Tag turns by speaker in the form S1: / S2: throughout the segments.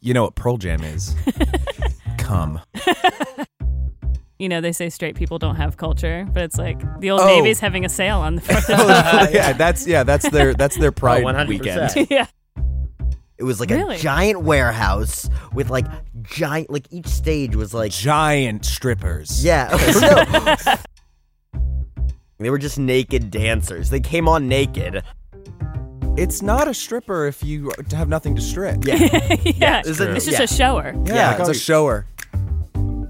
S1: You know what Pearl Jam is? Come.
S2: You know, they say straight people don't have culture, but it's like the old
S1: Oh.
S2: Navy's having a sale on the Fourth of July.
S1: yeah, that's yeah, that's their that's their pride
S3: 100%.
S1: weekend.
S2: yeah,
S3: It was like
S2: Really?
S3: a giant warehouse with like giant, like each stage was like,
S1: Giant strippers.
S3: yeah. Okay, so no. they were just naked dancers. They came on naked.
S1: It's not a stripper if you have nothing to strip.
S3: Yeah.
S2: yeah.
S3: it's true.
S2: It's just
S3: Yeah.
S2: a shower.
S1: Yeah,
S3: Yeah,
S1: it's
S3: go-
S1: a shower.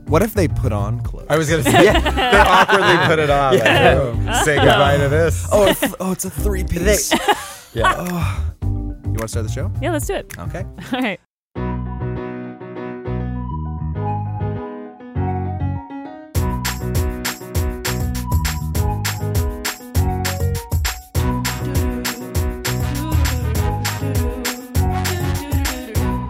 S1: What if they put on clothes?
S4: I was gonna say they awkwardly put it on. like, oh, say goodbye to this.
S1: oh, a th- oh, it's a three piece. you
S4: yeah.
S1: want to start the show?
S2: Yeah, let's do it.
S1: Okay.
S2: All right.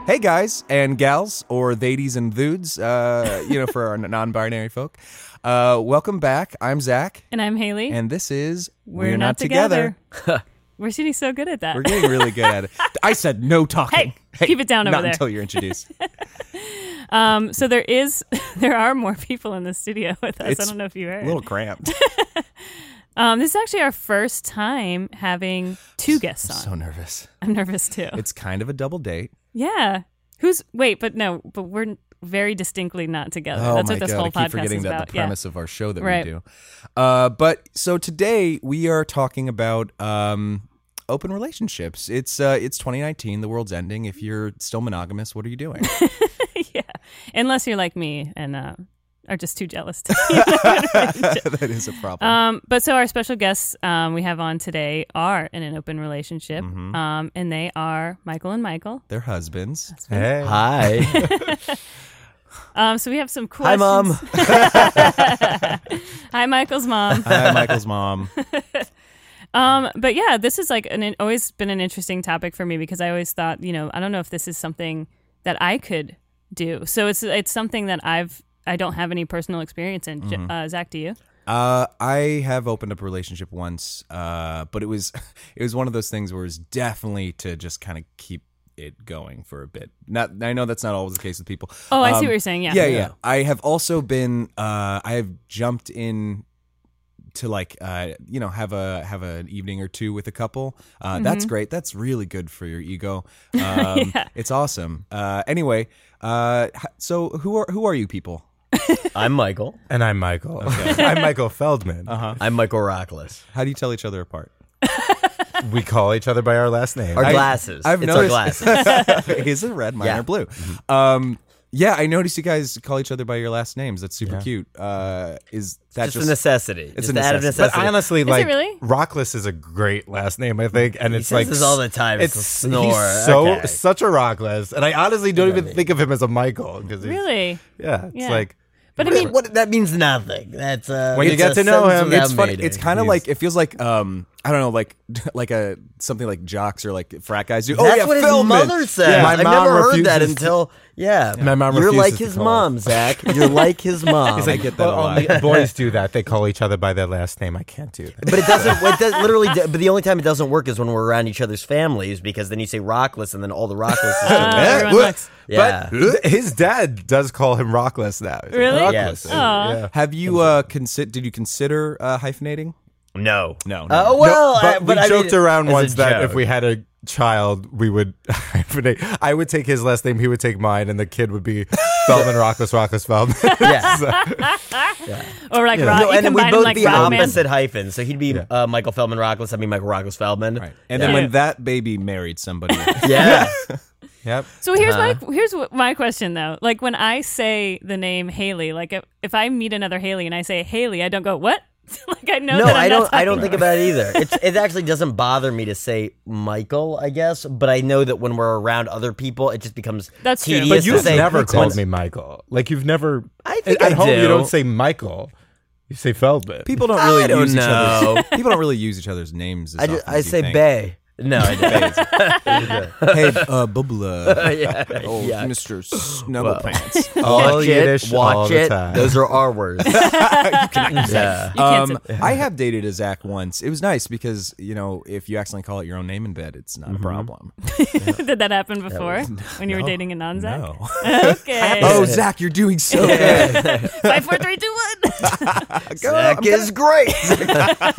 S1: Hey guys and gals, or thadies and dudes, uh, you know, for our non-binary folk. Uh, welcome back. I'm Zach,
S2: And I'm Haley.
S1: and this is
S2: We're, not, together. We're getting so good at that.
S1: We're getting really good at it. I said no talking.
S2: Hey, keep it down over
S1: not
S2: there.
S1: until you're introduced.
S2: Um, so there is, there are more people in the studio with us. I
S1: It's
S2: don't know if you
S1: a
S2: heard.
S1: little cramped.
S2: Um, this is actually our first time having two guests on.
S1: so nervous.
S2: I'm nervous too.
S1: It's kind of a double date.
S2: yeah. Who's wait? But no. But we're n- very distinctly not together.
S1: oh
S2: That's
S1: my
S2: what this
S1: god!
S2: whole
S1: I
S2: podcast
S1: keep forgetting
S2: is
S1: that
S2: about.
S1: the premise of our show that
S2: Right.
S1: we do. Uh, but so today we are talking about um, open relationships. It's uh, it's 2019. The world's ending. If you're still monogamous, what are you doing?
S2: Yeah. yeah. Unless you're like me and uh, are just too jealous. To
S1: that is a problem.
S2: Um, but so our special guests um, we have on today are in an open relationship,
S1: Mm-hmm.
S2: um, and they are Michael and Michael.
S1: They're husbands.
S4: Hey.
S3: Hi.
S2: Um, so we have some
S3: Hi,
S2: questions.
S3: mom.
S2: Hi, Michael's mom.
S1: Hi, Michael's mom.
S2: Um, but yeah, this is like an an- always been an interesting topic for me because I always thought, you know, I don't know if this is something that I could do. So it's it's something that I've I don't have any personal experience in. J
S1: Mm-hmm.
S2: Uh, Zach, do you?
S1: Uh, I have opened up a relationship once, uh, but it was it was one of those things where it's definitely to just kind of keep it going for a bit. Not I know that's not always the case with people.
S2: Oh, I see
S1: Um,
S2: what you're saying. Yeah,
S1: yeah, yeah. I have also been. Uh, I have jumped in to like uh, you know have a have an evening or two with a couple. Uh, That's great. That's really good for your ego. Um, It's awesome. Uh, anyway, uh, h- so who are who are you people?
S3: I'm Michael.
S4: And I'm Michael. I'm Michael Feldman.
S3: I'm Michael Rockless.
S1: How do you tell each other apart?
S4: We call each other by our last name.
S3: Our
S4: I-
S3: glasses.
S1: I've
S3: it's our
S1: noticed-
S3: glasses.
S1: His are red, mine
S3: Yeah. Mm-hmm.
S1: are blue. Um, yeah, I noticed you guys call each other by your last names. That's super cute. Uh, is that
S3: Just,
S1: just,
S3: a necessity.
S1: It's
S3: Just
S1: a
S3: out
S1: necessity.
S3: of
S4: but
S3: necessity.
S4: honestly,
S2: it
S4: like
S2: really?
S4: Rockless is a great last name, I think, and
S3: He
S4: it's
S3: says
S4: like
S3: this all the time. It's,
S4: It's
S3: a snore.
S4: He's so
S3: Okay.
S4: such a Rockless, and I honestly don't even think of him as a Michael because
S2: Really?
S4: yeah, it's
S2: Yeah.
S4: like
S2: But I mean,
S3: what that means nothing. That's uh,
S4: When you
S3: it's
S4: get
S3: a
S4: to know
S3: sentence
S4: him,
S3: without
S1: it's funny.
S3: meaning.
S1: It's kind of
S4: He's-
S1: like it feels like um I don't know like like a something like jocks or like frat guys do. oh
S3: That's
S1: yeah,
S3: what his
S1: Philman.
S3: mother says.
S4: Yeah. My
S3: I've
S4: mom
S3: never heard that
S4: refuses to-
S3: until yeah.
S4: My mom
S3: You're
S4: refuses
S3: like
S4: to
S3: his
S4: call
S3: mom, Zach. You're like his mom.
S1: I get that a
S4: "Well,
S1: lot.
S4: only boys do that. They call each other by their last name. I can't do that.
S3: but it doesn't. It does, literally, do- but the only time it doesn't work is when we're around each other's families because then you say rockless and then all the rockless.
S2: Uh, everyone looks-
S3: Yeah.
S4: But his dad does call him Rockless now. He's like,
S2: Really?
S4: Rockless.
S3: Yes.
S2: Aw.
S4: Yeah.
S1: Have you uh consider did you consider uh hyphenating?
S3: no.
S1: No. no.
S3: Oh
S1: no.
S3: well,
S4: No, but,
S3: I, but
S4: we
S3: I
S4: joked
S3: mean,
S4: around
S3: as a
S4: once that
S3: joke.
S4: if we had a child, we would hyphenate. I would take his last name, he would take mine, and the kid would be Feldman, Rockless, Rockless, Feldman.
S3: Yeah.
S4: So-
S2: or like Rob,
S3: No,
S2: you
S3: and then
S2: combine
S3: we'd
S2: them
S3: both
S2: like
S3: be
S2: Rob Man.
S3: opposite hyphens. So he'd be uh, Michael Feldman Rockless. I'd be Michael Rockless Feldman.
S1: Right. And then
S2: Yeah.
S1: when that baby married somebody,
S3: Yeah.
S4: yep.
S2: So here's
S3: Uh-huh.
S2: my here's what my question though. Like when I say the name Haley, like if, if I meet another Haley and I say Haley, I don't go what? like I know.
S3: No,
S2: that I'm
S3: I
S2: not
S3: don't. I don't
S2: talking
S3: think about it either. It's, it actually doesn't bother me to say Michael, I guess, but I know that when we're around other people, it just becomes
S2: That's true.
S3: tedious.
S2: But
S4: But
S3: to
S4: you've
S3: say-
S4: never
S3: when-
S4: called me Michael. Like you've never.
S3: I think
S4: at
S3: I
S4: home
S3: do.
S4: you don't say Michael. You say Feldman.
S1: people don't really
S3: I don't
S1: use each
S3: know.
S1: other's people don't really use each other's names. As
S3: I, ju-
S1: often
S3: I
S1: as you
S3: say
S1: think.
S3: Bay. No, I didn't.
S1: hey, uh, bubbler.
S3: yeah,
S1: Oh,
S3: yeah.
S1: Mr. Snuggle Pants.
S4: All
S3: Watch
S4: Yiddish
S3: it. Watch
S4: all the
S3: it.
S4: time.
S3: Those are our words. yeah.
S2: You can't
S1: Um, I have dated a Zach once. It was nice because, you know, if you accidentally call it your own name in bed, it's not a problem.
S3: um,
S2: say- Did that happen before when you were dating a non-Zach?
S1: No.
S2: Okay.
S1: oh, Zach, you're doing so good.
S2: Five, four, three, two, one.
S3: Zach is great.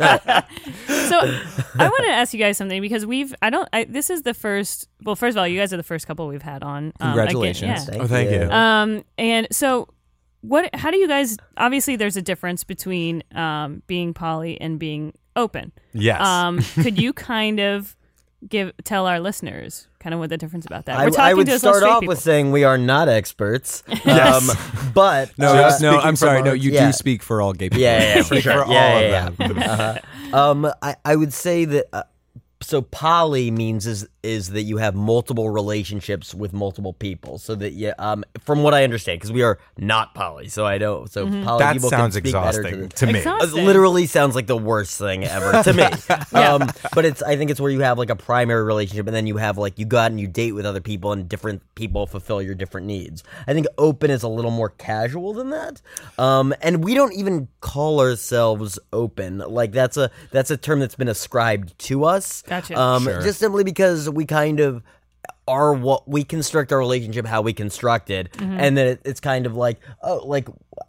S2: so I want to ask you guys something because we've I don't I, this is the first well first of all you guys are the first couple we've had on um, again,
S1: Congratulations.
S2: yeah.
S4: Oh, thank you.
S2: Um, and so what? How do you guys? Obviously, there's a difference between um, being poly and being open.
S4: yes.
S2: Um, could you kind of give tell our listeners kind of what the difference about that?
S3: I,
S2: We're talking
S3: I would
S2: to us all
S3: start
S2: straight
S3: off
S2: people.
S3: with saying we are not experts.
S4: Yes.
S3: Um, but
S1: No,
S3: uh,
S1: no, I'm sorry. No, you
S3: yeah.
S1: do speak for all gay people.
S3: Yeah, yeah, yeah, for
S4: For
S3: sure.
S4: all
S3: yeah,
S4: of
S3: yeah, yeah.
S4: them.
S3: Um, I, I would say that uh, so poly means is is that you have multiple relationships with multiple people. So that yeah, um, from what I understand, because we are not poly, so I don't. So poly
S4: that
S3: people
S4: sounds
S3: can speak better
S4: exhausting
S3: To
S4: to me.
S3: the,
S2: Exhausting.
S3: it literally sounds like the worst thing ever to me. um, but it's I think it's where you have like a primary relationship, and then you have like you go out and you date with other people, and different people fulfill your different needs. I think open is a little more casual than that, um, and we don't even call ourselves open. Like that's a that's a term that's been ascribed to us.
S2: Gotcha.
S3: Um, Just simply because we kind of are what we construct our relationship how we construct it and then it, it's kind of like oh like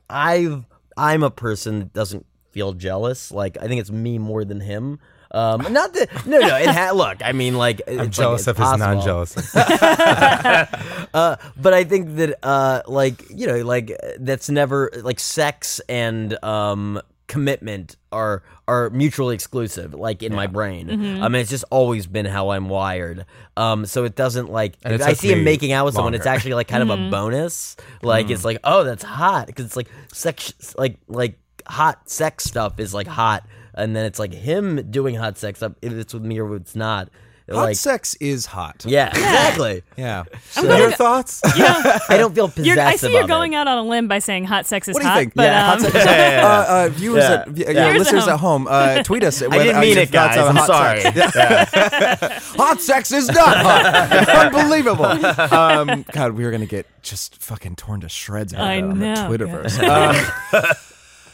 S3: i've i'm a person that doesn't feel jealous like i think it's me more than him um not that no no it ha- look i mean like
S4: I'm jealous of his non-jealous.
S3: uh, but I think that uh, like you know like uh, that's never like sex and um, commitment are are mutually exclusive like in my brain. I mean it's just always been how I'm wired. Um, so it doesn't like
S4: And
S3: if
S4: it
S3: I
S4: took
S3: see him
S4: me
S3: making out with someone it's
S4: longer.
S3: actually like kind of a bonus. Like it's like oh that's hot because it's like sex like like hot sex stuff is like hot and then it's like him doing hot sex stuff if it's with me or if it's not.
S1: Hot
S3: like
S1: sex is hot.
S3: yeah, exactly.
S1: Yeah.
S4: Your thoughts?
S3: I don't feel possessive.
S2: You're, I see you're
S3: of
S2: going
S3: it.
S2: out on a limb by saying hot sex is
S1: What do you
S2: hot,
S1: think?
S2: but
S3: Yeah, hot
S2: um,
S3: sex-
S1: Uh, uh, viewers,
S3: Yeah.
S1: At, v- uh,
S3: Yeah.
S2: Viewers at
S1: listeners at home, uh, tweet us. whether- uh, your thoughts on hot sex. Hot sex is not hot. Unbelievable. Um, God, we were gonna get just fucking torn to shreds out
S2: I
S1: on the
S2: know,
S1: Twitterverse.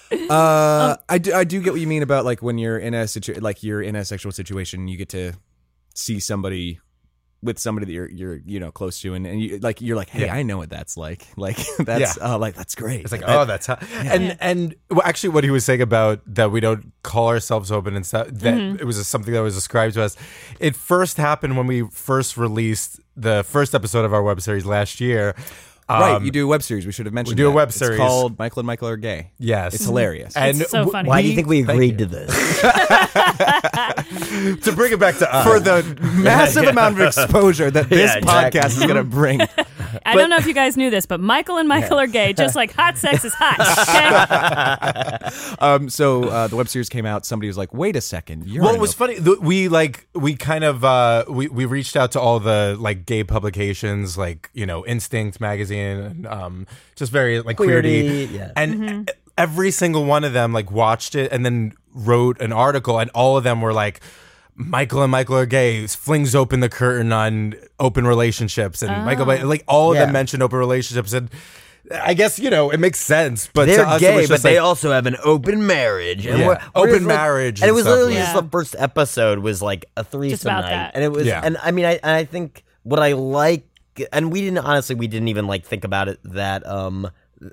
S1: Um, uh, I do. I do get what you mean about like when you're in a situ- like you're in a sexual situation, you get to see somebody with somebody that you're you're you know close to, and, and you like you're like, hey, I know what that's like. Like that's uh, like that's great.
S4: It's like, oh, that's hot. And and well, actually, what he was saying about that we don't call ourselves open and stuff that it was something that was ascribed to us. It first happened when we first released the first episode of our web series last year.
S1: right.
S4: Um,
S1: You do a web series. We should have mentioned.
S4: do a
S1: that.
S4: web
S1: It's
S4: series.
S1: called Michael and Michael are gay.
S4: Yes,
S1: It's hilarious.
S4: And
S2: It's so
S4: w-
S2: funny.
S3: Why do you think we agreed to this?
S4: to bring it back to us
S1: for the massive amount of exposure that this
S3: Yeah, exactly.
S1: podcast is going to bring.
S2: I don't know if you guys knew this, but Michael and Michael are gay, just like hot sex is hot. Okay?
S1: Um, so uh, the web series came out. Somebody was like, "Wait a second, you're
S4: Well,
S1: an
S4: it was
S1: op-
S4: funny. th- We like we kind of uh, we we reached out to all the like gay publications, like you know Instinct magazine, and um, just very like
S3: Queerty,
S4: queerty,
S3: yeah.
S4: and e- every single one of them like watched it and then wrote an article, and all of them were like. Michael and Michael are gay. Flings open the curtain on open relationships, and Michael, like all of
S3: Yeah.
S4: them mentioned open relationships, and I guess you know it makes sense. But to
S3: They're
S4: us, it
S3: gay,
S4: was
S3: but
S4: just
S3: they
S4: like-
S3: also have an open marriage. And
S4: Yeah. Oh, Open
S3: just like-
S4: marriage
S3: And it
S4: and
S3: was
S4: stuff
S3: literally
S4: like
S3: just
S2: that.
S3: the first episode was like a threesome
S2: about
S3: night,
S2: that.
S3: and it was.
S4: Yeah.
S3: And I mean, I and I think what I like, and we didn't honestly, we didn't even like think about it that um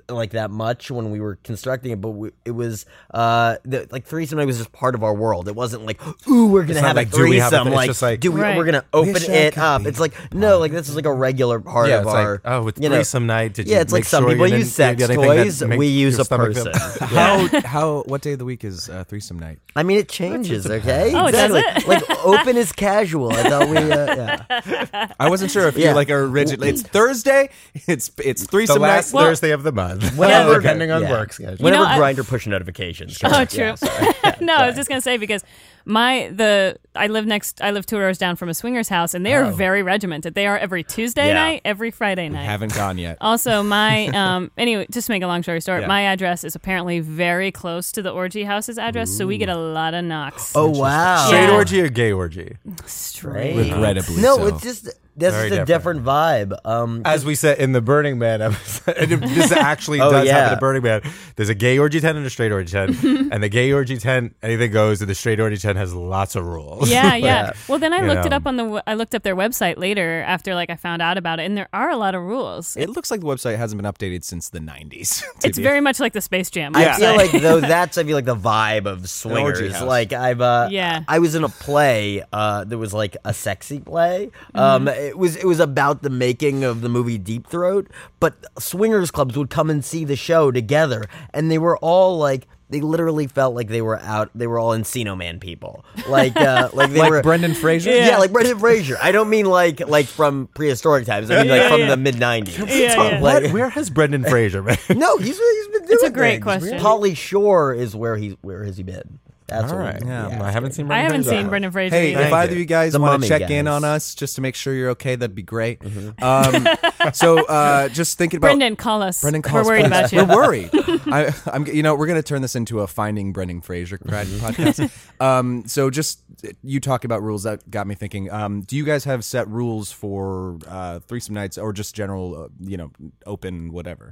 S3: like that much when we were constructing it, but we, it was uh the, like threesome night was just part of our world. It wasn't like ooh we're gonna
S4: not
S3: have
S4: like,
S3: a
S4: do we have a
S3: threesome,
S4: thing? It's
S3: like,
S4: just like,
S3: do we,
S2: Right.
S3: we're gonna open
S1: Wish I
S3: it
S1: could
S3: up.
S1: be
S3: it's like no, like this is like a regular part
S4: yeah,
S3: of
S4: it's
S3: our
S4: like, oh, with
S3: you know,
S4: threesome night, did
S3: yeah,
S4: you
S3: it's like
S4: make sure
S3: some people
S4: you didn't
S3: use sex
S4: get anything that
S3: toys.
S4: make
S3: We use
S4: your
S3: a
S4: stomach feel-
S3: person.
S1: how how what day of the week is uh, threesome night?
S3: I mean, it changes, okay?
S2: Oh, does
S3: exactly.
S2: it?
S3: like open is casual. I thought we, uh, yeah.
S1: I wasn't sure if
S3: Yeah.
S1: you like are rigid. It's Thursday. It's it's threesome
S4: the last
S1: night.
S4: Thursday of the month.
S3: Whatever.
S4: depending on
S3: Yeah.
S4: work schedule.
S3: Whenever
S2: know, I-
S3: Grinder push notifications. come
S2: Oh,
S3: up.
S2: true.
S3: Yeah, sorry.
S2: no, I was just gonna say because my the I live next. I live two doors down from a swingers house, and they are very regimented. They are every Tuesday
S3: Yeah.
S2: night, every Friday night.
S1: Haven't gone yet.
S2: Also, my um anyway, just to make a long story short,
S1: Yeah.
S2: my address is apparently very close to the orgy house's address, so we get a lot of knocks.
S3: Oh wow.
S4: Straight
S2: Yeah.
S4: orgy or gay orgy?
S2: straight.
S3: Right.
S1: Regrettably
S3: No,
S1: so.
S3: it's just this
S4: Very
S3: is a different, vibe. Um,
S4: As we said in the Burning Man episode, and this actually
S3: Oh,
S4: does
S3: yeah.
S4: happen at Burning Man. There's a gay orgy tent and a straight orgy tent, and the gay orgy tent, anything goes, and the straight orgy tent has lots of rules.
S2: Yeah, yeah. Well, then I
S4: You
S2: looked it
S4: know.
S2: up on the w- I looked up their website later after like I found out about it, and there are a lot of rules.
S1: it looks like the website hasn't been updated since the 90s. to
S2: It's
S1: be-
S2: very much like the Space Jam.
S3: I
S2: website.
S3: feel like though that's I feel like the vibe of swingers.
S1: house.
S3: Like I've uh,
S2: Yeah.
S3: I was in a play uh, that was like a sexy play. Um,
S2: Mm-hmm.
S3: it was it was about the making of the movie Deep Throat, but swingers clubs would come and see the show together, and they were all like. They literally felt like they were out. They were all Encino Man people, like uh, like they
S1: like
S3: were
S1: Brendan Fraser.
S3: yeah. like Brendan Fraser. I don't mean like like from prehistoric times. I mean like
S2: Yeah,
S3: from
S2: yeah.
S3: the mid nineties.
S2: Yeah, yeah.
S4: What? Where has Brendan Fraser been?
S3: No, he's, he's been doing.
S2: a great
S3: things.
S2: question.
S3: Polly Shore is where he where has he been? That's
S4: All
S3: what
S4: right.
S3: we-
S4: Yeah,
S3: yeah.
S4: I haven't seen.
S2: I
S4: Brendan
S2: haven't
S4: Fraser.
S2: seen Brendan Fraser.
S1: Hey,
S2: either.
S1: if either of you guys
S3: The
S1: want to
S3: mummy
S1: check in
S3: guys.
S1: on us just to make sure you're okay, that'd be great. Um, so, uh, just thinking about
S2: Brendan, call us.
S1: Brendan, call
S2: We're
S1: us,
S2: worried
S1: please.
S2: about you.
S1: We're worried. I, I'm, you know, we're going to turn this into a Finding Brendan Fraser crowd podcast. Um, so, just uh, you talk about rules that got me thinking. Um, do you guys have set rules for uh, threesome nights or just general, uh, you know, open whatever?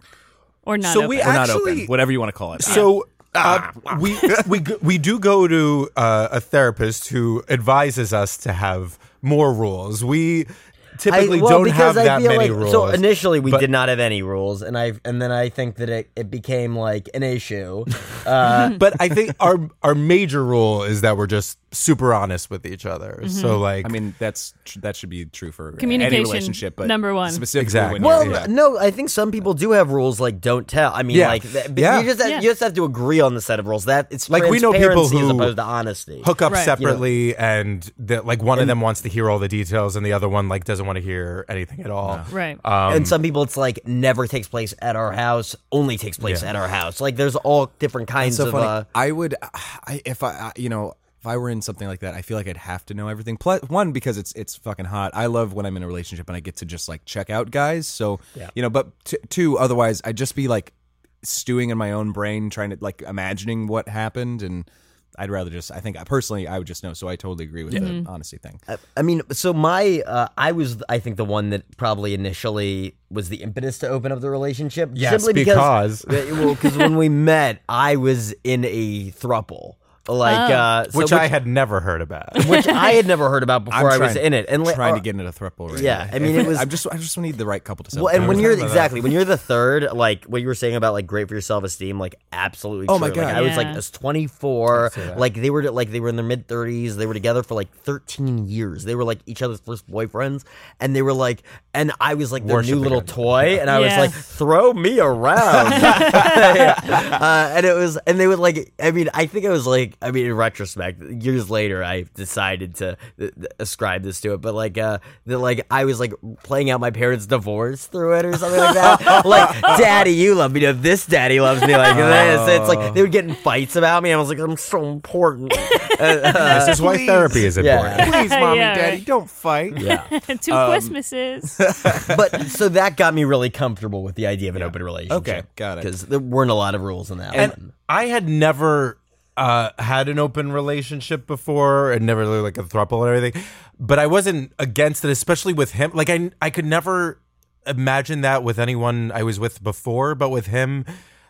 S2: Or not.
S4: So
S2: open.
S4: we
S1: Or not
S4: Actually-
S1: open, whatever you want to call it.
S4: So uh,
S3: Ah,
S4: we we g- we do go to uh, a therapist who advises us to have more rules. We typically
S3: I, well,
S4: don't
S3: because
S4: have
S3: I
S4: that
S3: feel
S4: many
S3: like,
S4: rules.
S3: So initially we
S4: but-
S3: did not have any rules, and I and then I think that it, it became like an issue. Uh,
S4: but I think our our major rule is that we're just super honest with each other.
S3: Mm-hmm.
S4: So like,
S1: I mean, that's tr- that should be true for
S2: Communication,
S1: any relationship, but
S2: number one.
S1: specifically
S4: Exactly.
S1: when you're-
S3: well,
S4: Yeah.
S3: no, I think some people do have rules like don't tell. I mean,
S4: Yeah.
S3: like that, but
S4: Yeah.
S3: you just have,
S2: Yeah.
S3: you just have to agree on the set of rules. That it's
S4: Like, we know people
S3: transparency as
S4: who
S3: opposed to honesty.
S4: hook up
S2: Right. You know.
S4: separately, and that like one of them wants to hear all the details, and the other one like doesn't want to hear anything at all.
S2: right.
S1: uh,
S4: Um,
S3: and some people it's like never takes place at our house, only takes place at our house. Like there's all different kinds
S1: so
S3: of
S1: funny.
S3: uh,
S1: I would, I, if I, I, you know, if I were in something like that, I feel like I'd have to know everything. Plus, one because it's it's fucking hot. I love when I'm in a relationship and I get to just like check out guys. So you know, but t- two, otherwise I'd just be like stewing in my own brain, trying to like imagining what happened, and I'd rather just. I think I personally I would just know. So I totally agree with the
S3: Mm-hmm.
S1: honesty thing.
S3: I mean, so my uh, I was I think the one that probably initially was the impetus to open up the relationship.
S4: Yes,
S3: simply
S4: because-
S3: because well, because when we met, I was in a thruple, like uh, so
S4: which I had never heard about.
S3: which I had never heard about before I was
S1: trying-
S3: in it, and like,
S1: trying
S3: uh,
S1: to get into a throuple. Right
S3: yeah,
S1: now.
S3: I mean, it was-
S1: I'm just I just need the right couple to.
S3: Well,
S1: celebrate.
S3: and when you're exactly when you're the third, like what you were saying about like great for your self esteem, like absolutely.
S1: Oh my
S3: true. Like,
S1: God.
S3: I was like
S2: Yeah.
S3: I was 24. Like they were like they were in their mid 30s. They were together for like 13 years. They were like each other's first boyfriends, and they were like, and I was like their new
S4: Worshiping
S3: little
S4: it.
S3: toy, and I
S2: Yeah.
S3: was like, throw me around. uh, and it was, and they would like. I mean, I think it was like. I mean, in retrospect, years later, I decided to th- th- ascribe this to it. But like, uh, that like I was like playing out my parents' divorce through it or something like that. like, daddy, you love me. You know, this daddy loves me like this. It's like they would get in fights about me. and I was like, I'm so important.
S4: this is why therapy is
S3: Yeah.
S4: important.
S1: please,
S2: mommy, Yeah, daddy, right.
S1: don't fight.
S3: yeah.
S2: Two
S1: um,
S2: Christmases.
S3: But so that got me really comfortable with the idea of an open relationship.
S1: Okay, got it.
S3: Because there weren't a lot of rules in that. one.
S4: and I had never uh, had an open relationship before, and never really like a throuple and everything. But I wasn't against it, especially with him. Like I, I could never imagine that with anyone I was with before, but with him,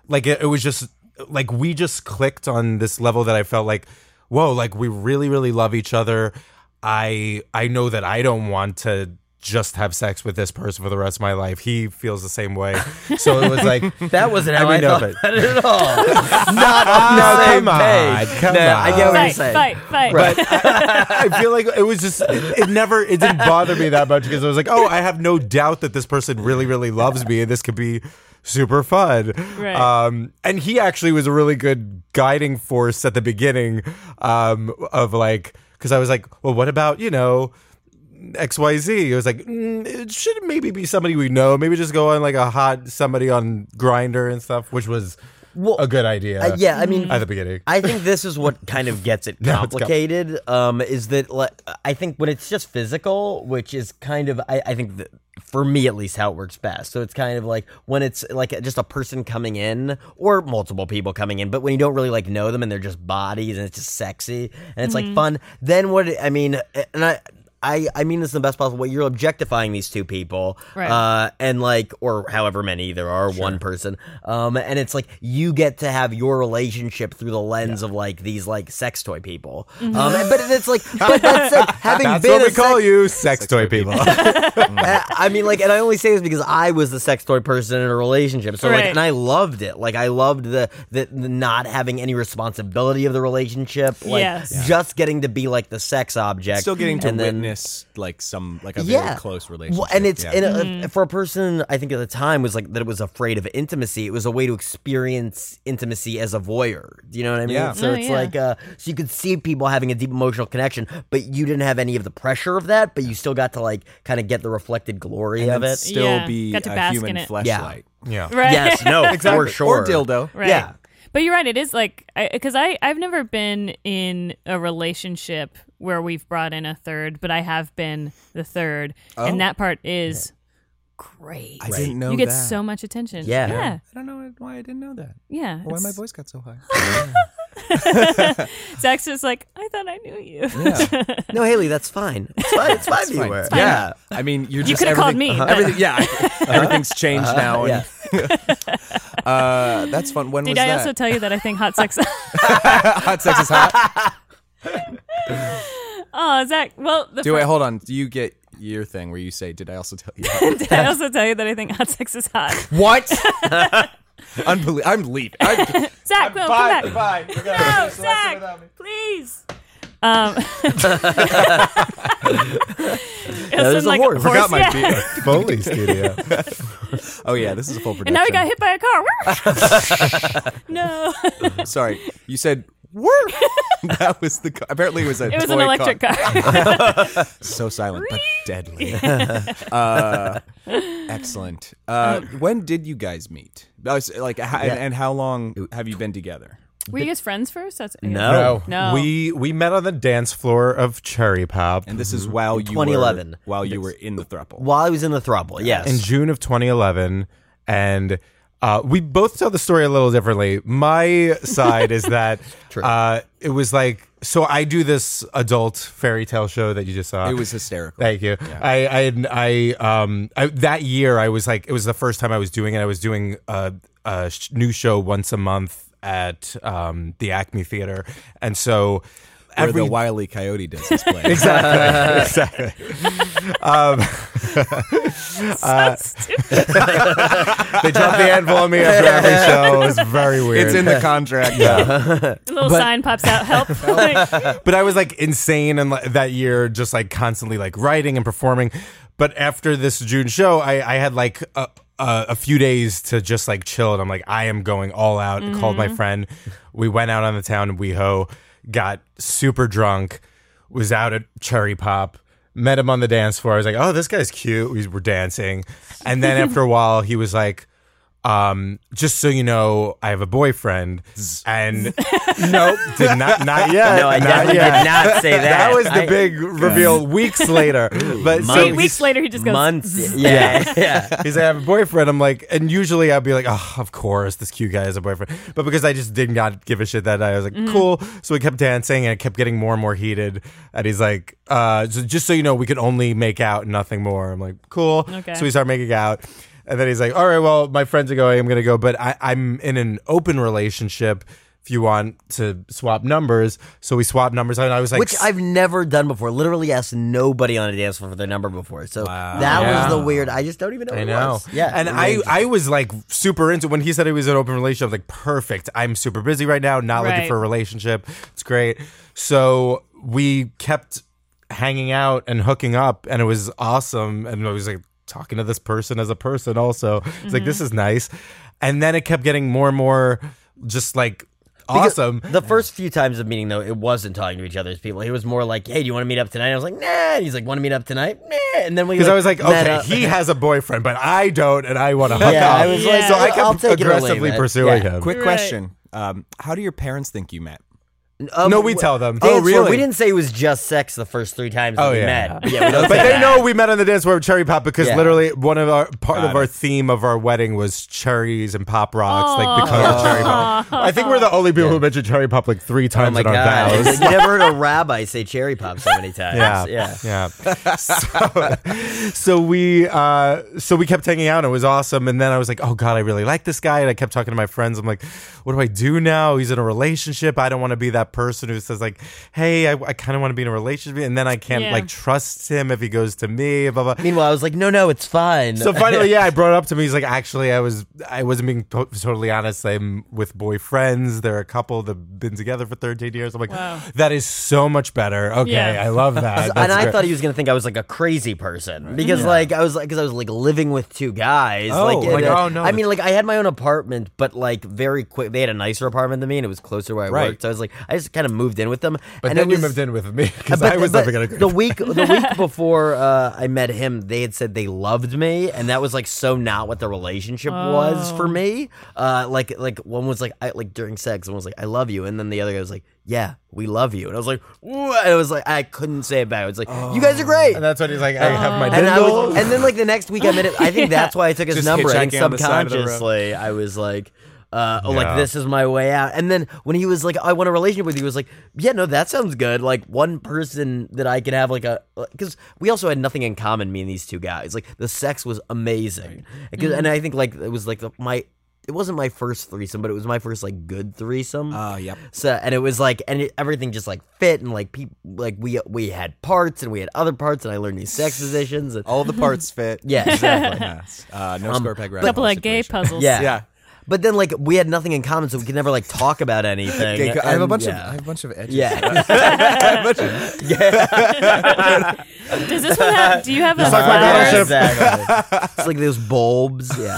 S4: like it, it was just like we just clicked on this level that I felt like, whoa, like we really, really love each other. I, I know that I don't want to just have sex with this person for the rest of my life. He feels the same way. So it was like
S3: That wasn't how I,
S4: I mean, no,
S3: thought
S4: but-
S3: that at all. Not on
S4: No,
S3: the same
S4: come
S3: page.
S4: on, come
S3: no, I get what you're
S2: fight,
S3: saying.
S2: fight, fight.
S4: but I, I feel like it was just it, it never it didn't bother me that much because I was like, oh, I have no doubt that this person really really loves me and this could be super fun.
S2: Right.
S4: Um, and he actually was a really good guiding force at the beginning um, of like because I was like, well, what about you know. XYZ. It was like, mm, it should maybe be somebody we know. Maybe just go on like a hot somebody on Grinder and stuff, which was
S3: Well,
S4: a good idea.
S3: Uh, yeah, I mean,
S4: At the beginning.
S3: I think this is what kind of gets it
S4: No, it's com-
S3: complicated. um, is that like, I think when it's just physical, which is kind of I, I think that for me at least how it works best. So it's kind of like when it's like just a person coming in or multiple people coming in, but when you don't really like know them and they're just bodies and it's just sexy and it's
S2: Mm-hmm.
S3: like fun. Then what it- I mean, and I. I, I mean this in the best possible way. You're objectifying these two people,
S2: Right.
S3: uh, and like, or however many there are, one person. Um, and it's like you get to have your relationship through the lens of like these like sex toy people.
S2: Mm-hmm.
S3: Um, and- but it's like, but that's like having
S4: That's
S3: been
S4: what we
S3: a sex-
S4: call you, sex toy people.
S3: I I mean, like, and I only say this because I was the sex toy person in a relationship. So, like,
S2: Right.
S3: and I loved it. Like, I loved the, the, the not having any responsibility of the relationship. Like,
S2: Yes. Yeah.
S3: just getting to be like the sex object.
S1: Still getting to
S3: and then-
S1: witness like some like a
S3: yeah.
S1: very close
S3: Well,
S1: relationship.
S3: and it's
S1: yeah.
S3: and, uh,
S2: Mm-hmm.
S3: for a person I think at the time was like that was afraid of intimacy. It was a way to experience intimacy as a voyeur. Do you know what I mean?
S1: Yeah.
S3: So
S2: Oh,
S3: it's
S2: yeah.
S3: like uh, so you could see people having a deep emotional connection, but you didn't have any of the pressure of that. But you still got to like kind of get the reflected glory
S1: And
S3: of
S1: then
S3: it.
S1: still
S2: Yeah,
S1: be
S2: got to
S1: a
S2: bask
S1: human
S2: in it.
S1: fleshlight.
S3: Yeah.
S4: yeah.
S2: Right.
S3: Yes, no, for sure.
S1: Or dildo.
S2: Right.
S3: Yeah.
S2: But you're right. It is like because I, I've never been in a relationship where we've brought in a third, but I have been the third, and that part is great.
S1: Oh. I didn't know
S2: you get
S1: that.
S2: so much attention.
S3: Yeah.
S2: yeah,
S1: I don't know why I didn't know that.
S2: yeah.
S1: Why my
S2: it's-
S1: voice got so high.
S2: Zach's just like, I thought I knew you.
S1: Yeah.
S3: No, Haley, that's fine. It's fine. It's fine.
S1: It's fine.
S3: anywhere.
S1: It's fine.
S3: Yeah.
S1: I mean, you're
S2: You
S1: just
S2: could've called
S1: everything-
S2: me,
S1: uh-huh.
S2: but-
S1: Everything, yeah, I- everything's changed now.
S3: Yeah.
S1: And, uh, that's fun. When
S2: Did
S1: was
S2: I
S1: that?
S2: also tell you that I think hot sex?
S1: hot sex is hot.
S2: oh, Zach. Well, the
S1: Do
S2: fir-
S1: wait, hold on. Do you get your thing where you say, "Did I also tell you?"
S2: did I also tell you that I think hot sex is hot?
S1: what? Unbelievable. I'm leaving. I-
S2: Zach, no, come back.
S4: Bye.
S2: No, Oh, Zach, please. Um,
S3: That is a horse.
S4: Forgot my
S2: yeah.
S4: yeah. Foley studio.
S1: oh yeah, this is a full production.
S2: And now he got hit by a car. no,
S1: Sorry, you said. "Whir." that was the. Car. Apparently, it was a.
S2: it was
S1: toy
S2: an electric car.
S1: So silent, but deadly. uh, excellent. Uh,
S2: Um,
S1: when did you guys meet? I was, like, how, and, and how long have you been together?
S2: Were you guys friends first? That's
S3: No.
S2: No.
S4: We we met on the dance floor of Cherry Pop
S1: And this is while you
S3: 2011.
S1: were while you were in the throuple.
S3: While I was in the throuble, yes.
S4: in June of 2011, and uh, we both tell the story a little differently. My side is that uh, it was like so. I do this adult fairy tale show that you just saw.
S1: It was hysterical.
S4: Thank you. I, I, had- I, um, I, that year I was like, it was the first time I was doing it. I was doing a, a sh- new show once a month at um, the Acme Theater, and so
S1: Where
S4: every
S1: the wily coyote does his play.
S4: exactly, exactly. um, they dropped the anvil on me after every show. It was very weird.
S1: It's in the contract. Yeah.
S2: A little sign pops out. Help.
S4: but I was like insane and like, that year, just like constantly like writing and performing. But after this June show, I, I had like a, a, a few days to just like chill, and I'm like, I am going all out. Called
S1: Mm-hmm.
S4: my friend. We went out on the town in WeHo, got super drunk, was out at Cherry Pop. Met him on the dance floor. I was like, "Oh, this guy's cute." We were dancing, and then after a while, he was like, um, "Just so you know, I have a boyfriend." And nope, did not not yet.
S3: no, I
S4: not
S3: definitely
S4: yet.
S3: did not say that.
S4: That was the
S3: I-
S4: big reveal weeks later. But so
S3: months.
S2: Eight weeks
S4: he's-
S2: later, he just goes.
S3: months. Yeah. yeah.
S4: He's like, I have a boyfriend. I'm like, and usually I'd be like, oh, of course, this cute guy has a boyfriend. But because I just did not give a shit that night, I was like, cool. So we kept dancing and it kept getting more and more heated. And he's like, uh, so just so you know, we could only make out, nothing more. I'm like, cool.
S2: Okay.
S4: So we start making out. And then he's like, all right, well, my friends are going. I'm going to go. But I, I'm in an open relationship if you want to swap numbers. So we swapped numbers. And I was like,
S3: Which I've never done before. Literally asked nobody on a dance floor for their number before. So that
S4: Yeah.
S3: was the weird. I just don't even know.
S4: I
S3: what It
S4: know.
S3: was. Yeah.
S4: And
S3: it was
S4: I,
S3: amazing.
S4: I was like super into when he said he was in an open relationship, like perfect. I'm super busy right now, not looking
S2: Right.
S4: for a relationship. It's great. So we kept hanging out and hooking up and it was awesome. And I was like talking to this person as a person also. It's like this is nice. And then it kept getting more and more just like awesome.
S3: The first few times of meeting, though, it wasn't talking to each other as people. He was more like, "Hey, do you want to meet up tonight?" I was like, "Nah." And he's like, "Want to meet up tonight?" Nah. And then we
S4: Because I was like,
S3: met
S4: okay,
S3: up.
S4: he has a boyfriend, but I don't, and I want to hook
S3: Yeah,
S4: up.
S3: I was like,
S4: so I
S3: I'll
S4: kept
S3: take it or leave
S4: aggressively
S3: it.
S4: pursuing
S3: Yeah.
S4: him.
S1: Quick
S2: Right.
S1: question. Um, how do your parents think you met?
S3: Um,
S4: No, we
S3: wh-
S4: tell them.
S3: dance
S1: Oh,
S3: floor,
S1: really?
S3: We didn't say it was just sex the first three times that
S4: Oh,
S3: we
S4: yeah.
S3: met. Yeah, we don't
S4: but
S3: say
S4: they
S3: that.
S4: know we met on the dance floor with Cherry Pop because
S3: Yeah.
S4: literally one of our part
S1: Got
S4: of our
S1: it.
S4: theme of our wedding was cherries and pop rocks, like
S2: Aw.
S4: because of Cherry Pop. I think we're the only people who mentioned Cherry Pop like three
S3: Oh
S4: times
S3: my
S4: in our
S3: god!
S4: vows.
S3: It's like, you never heard a rabbi say cherry pop so many times.
S4: yeah,
S3: yeah.
S4: yeah. So, so we, uh, so we kept hanging out. and It was awesome, and then I was like, "Oh God, I really like this guy." And I kept talking to my friends. I'm like, "What do I do now? He's in a relationship. I don't want to be that person who says like, hey, I, I kind of want to be in a relationship, and then I can't
S2: Yeah.
S4: like trust him if he goes to me." Blah blah.
S3: Meanwhile, I was like, "No, no, it's fine."
S4: So finally, yeah, I brought it up to me. He's like, actually, I was, I wasn't being to- totally honest. I'm with boyfriends. They're a couple that've been together for 13 years. I'm like,
S2: Wow.
S4: that is so much better. Okay,
S2: Yeah.
S4: I love that.
S3: and
S4: That's
S3: I
S4: great.
S3: thought he was gonna think I was like a crazy person because like I was like because I was like living with two guys.
S1: Oh,
S3: like,
S1: like,
S3: and, uh,
S4: oh, no.
S3: I mean, like I had my own apartment, but like very quick. They had a nicer apartment than me, and it was closer where I
S1: Right.
S3: worked. So I was like, I just kind of moved in with them.
S4: but
S3: and
S4: then
S3: it
S4: you
S3: was-
S4: moved in with me because
S3: But,
S4: I was
S3: but
S4: living at a
S3: the week the week before uh, I met him, they had said they loved me, and that was like so not what the relationship was for me. Uh, like like one was like I like during sex, one was like I love you, and then the other guy was like Yeah, we love you, and I was like what? And I was like I couldn't say it back. I was like You guys are great.
S4: and that's when he's like, I have my
S3: Oh. And, I was,
S4: dindle.
S3: and then like the next week I met it. I think that's why I took his
S1: Just
S3: number. I think
S1: hitchhiking on the side of the road.
S3: subconsciously I was like, uh, oh, like
S4: Yeah.
S3: this is my way out. And then when he was like, I want a relationship with you, he was like, yeah, no, that sounds good. Like one person that I could have like a because we also had nothing in common. Me and these two guys. Like the sex was amazing. 'Cause- And
S1: Mm-hmm.
S3: I think like it was like the, my. It wasn't my first threesome, but it was my first like good threesome.
S1: Uh, yep.
S3: So and it was like and it, everything just like fit and like people like we we had parts and we had other parts and I learned new sex positions and
S1: All the parts fit.
S3: yeah exactly
S1: Yes. Uh, no square peg round.
S2: couple
S1: hole
S2: of gay
S1: situation.
S2: puzzles.
S3: yeah
S1: Yeah.
S3: but then like we had nothing in common so we could never like talk about anything.
S1: Gay- I have a
S3: And,
S1: bunch of I
S3: yeah.
S1: have a bunch of edges.
S3: yeah
S2: Does this one have? Do you have a
S4: talk about
S2: flowers?
S4: battleship.
S3: exactly it's like those bulbs yeah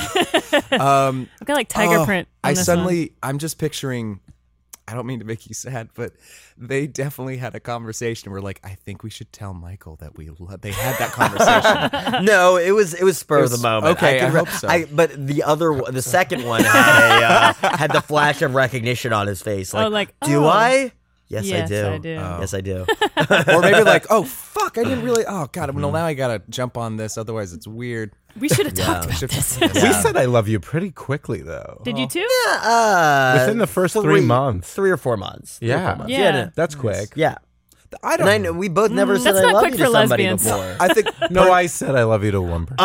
S1: Um,
S2: I've got like tiger
S1: oh,
S2: print. On
S1: I
S2: this
S1: suddenly I'm just picturing. I don't mean to make you sad, but they definitely had a conversation where, like, I think we should tell Michael that we love. They had that conversation.
S3: no it was it was spur
S1: It
S3: of
S1: was-
S3: the moment
S1: okay,
S3: can
S1: I
S3: re-
S1: hope so.
S3: but the other one- the second one had, a, uh, had the flash of recognition on his face like,
S2: Oh, like,
S3: do
S2: oh.
S3: I yes,
S2: Yes,
S3: I do
S2: I do. Oh.
S3: yes I do
S1: or maybe like, oh fuck, I didn't really. Oh god,
S3: Mm-hmm.
S1: well now I gotta jump on this, otherwise it's weird.
S2: one. we should have talked about this.
S4: We said I love you pretty quickly though.
S2: Did you too?
S3: uh,
S4: Within the first three months.
S3: three or four months Three or
S4: Yeah.
S3: four months.
S2: Yeah.
S3: no.
S4: That's quick.
S3: yeah
S1: I
S3: and I
S1: don't.
S3: know we both never
S2: Mm.
S3: said
S2: that's
S3: I
S2: not
S3: love
S2: quick
S3: you
S2: for
S3: to somebody
S2: lesbians.
S3: before
S1: I think
S4: No, I said I love you to one
S1: Uh,
S4: person.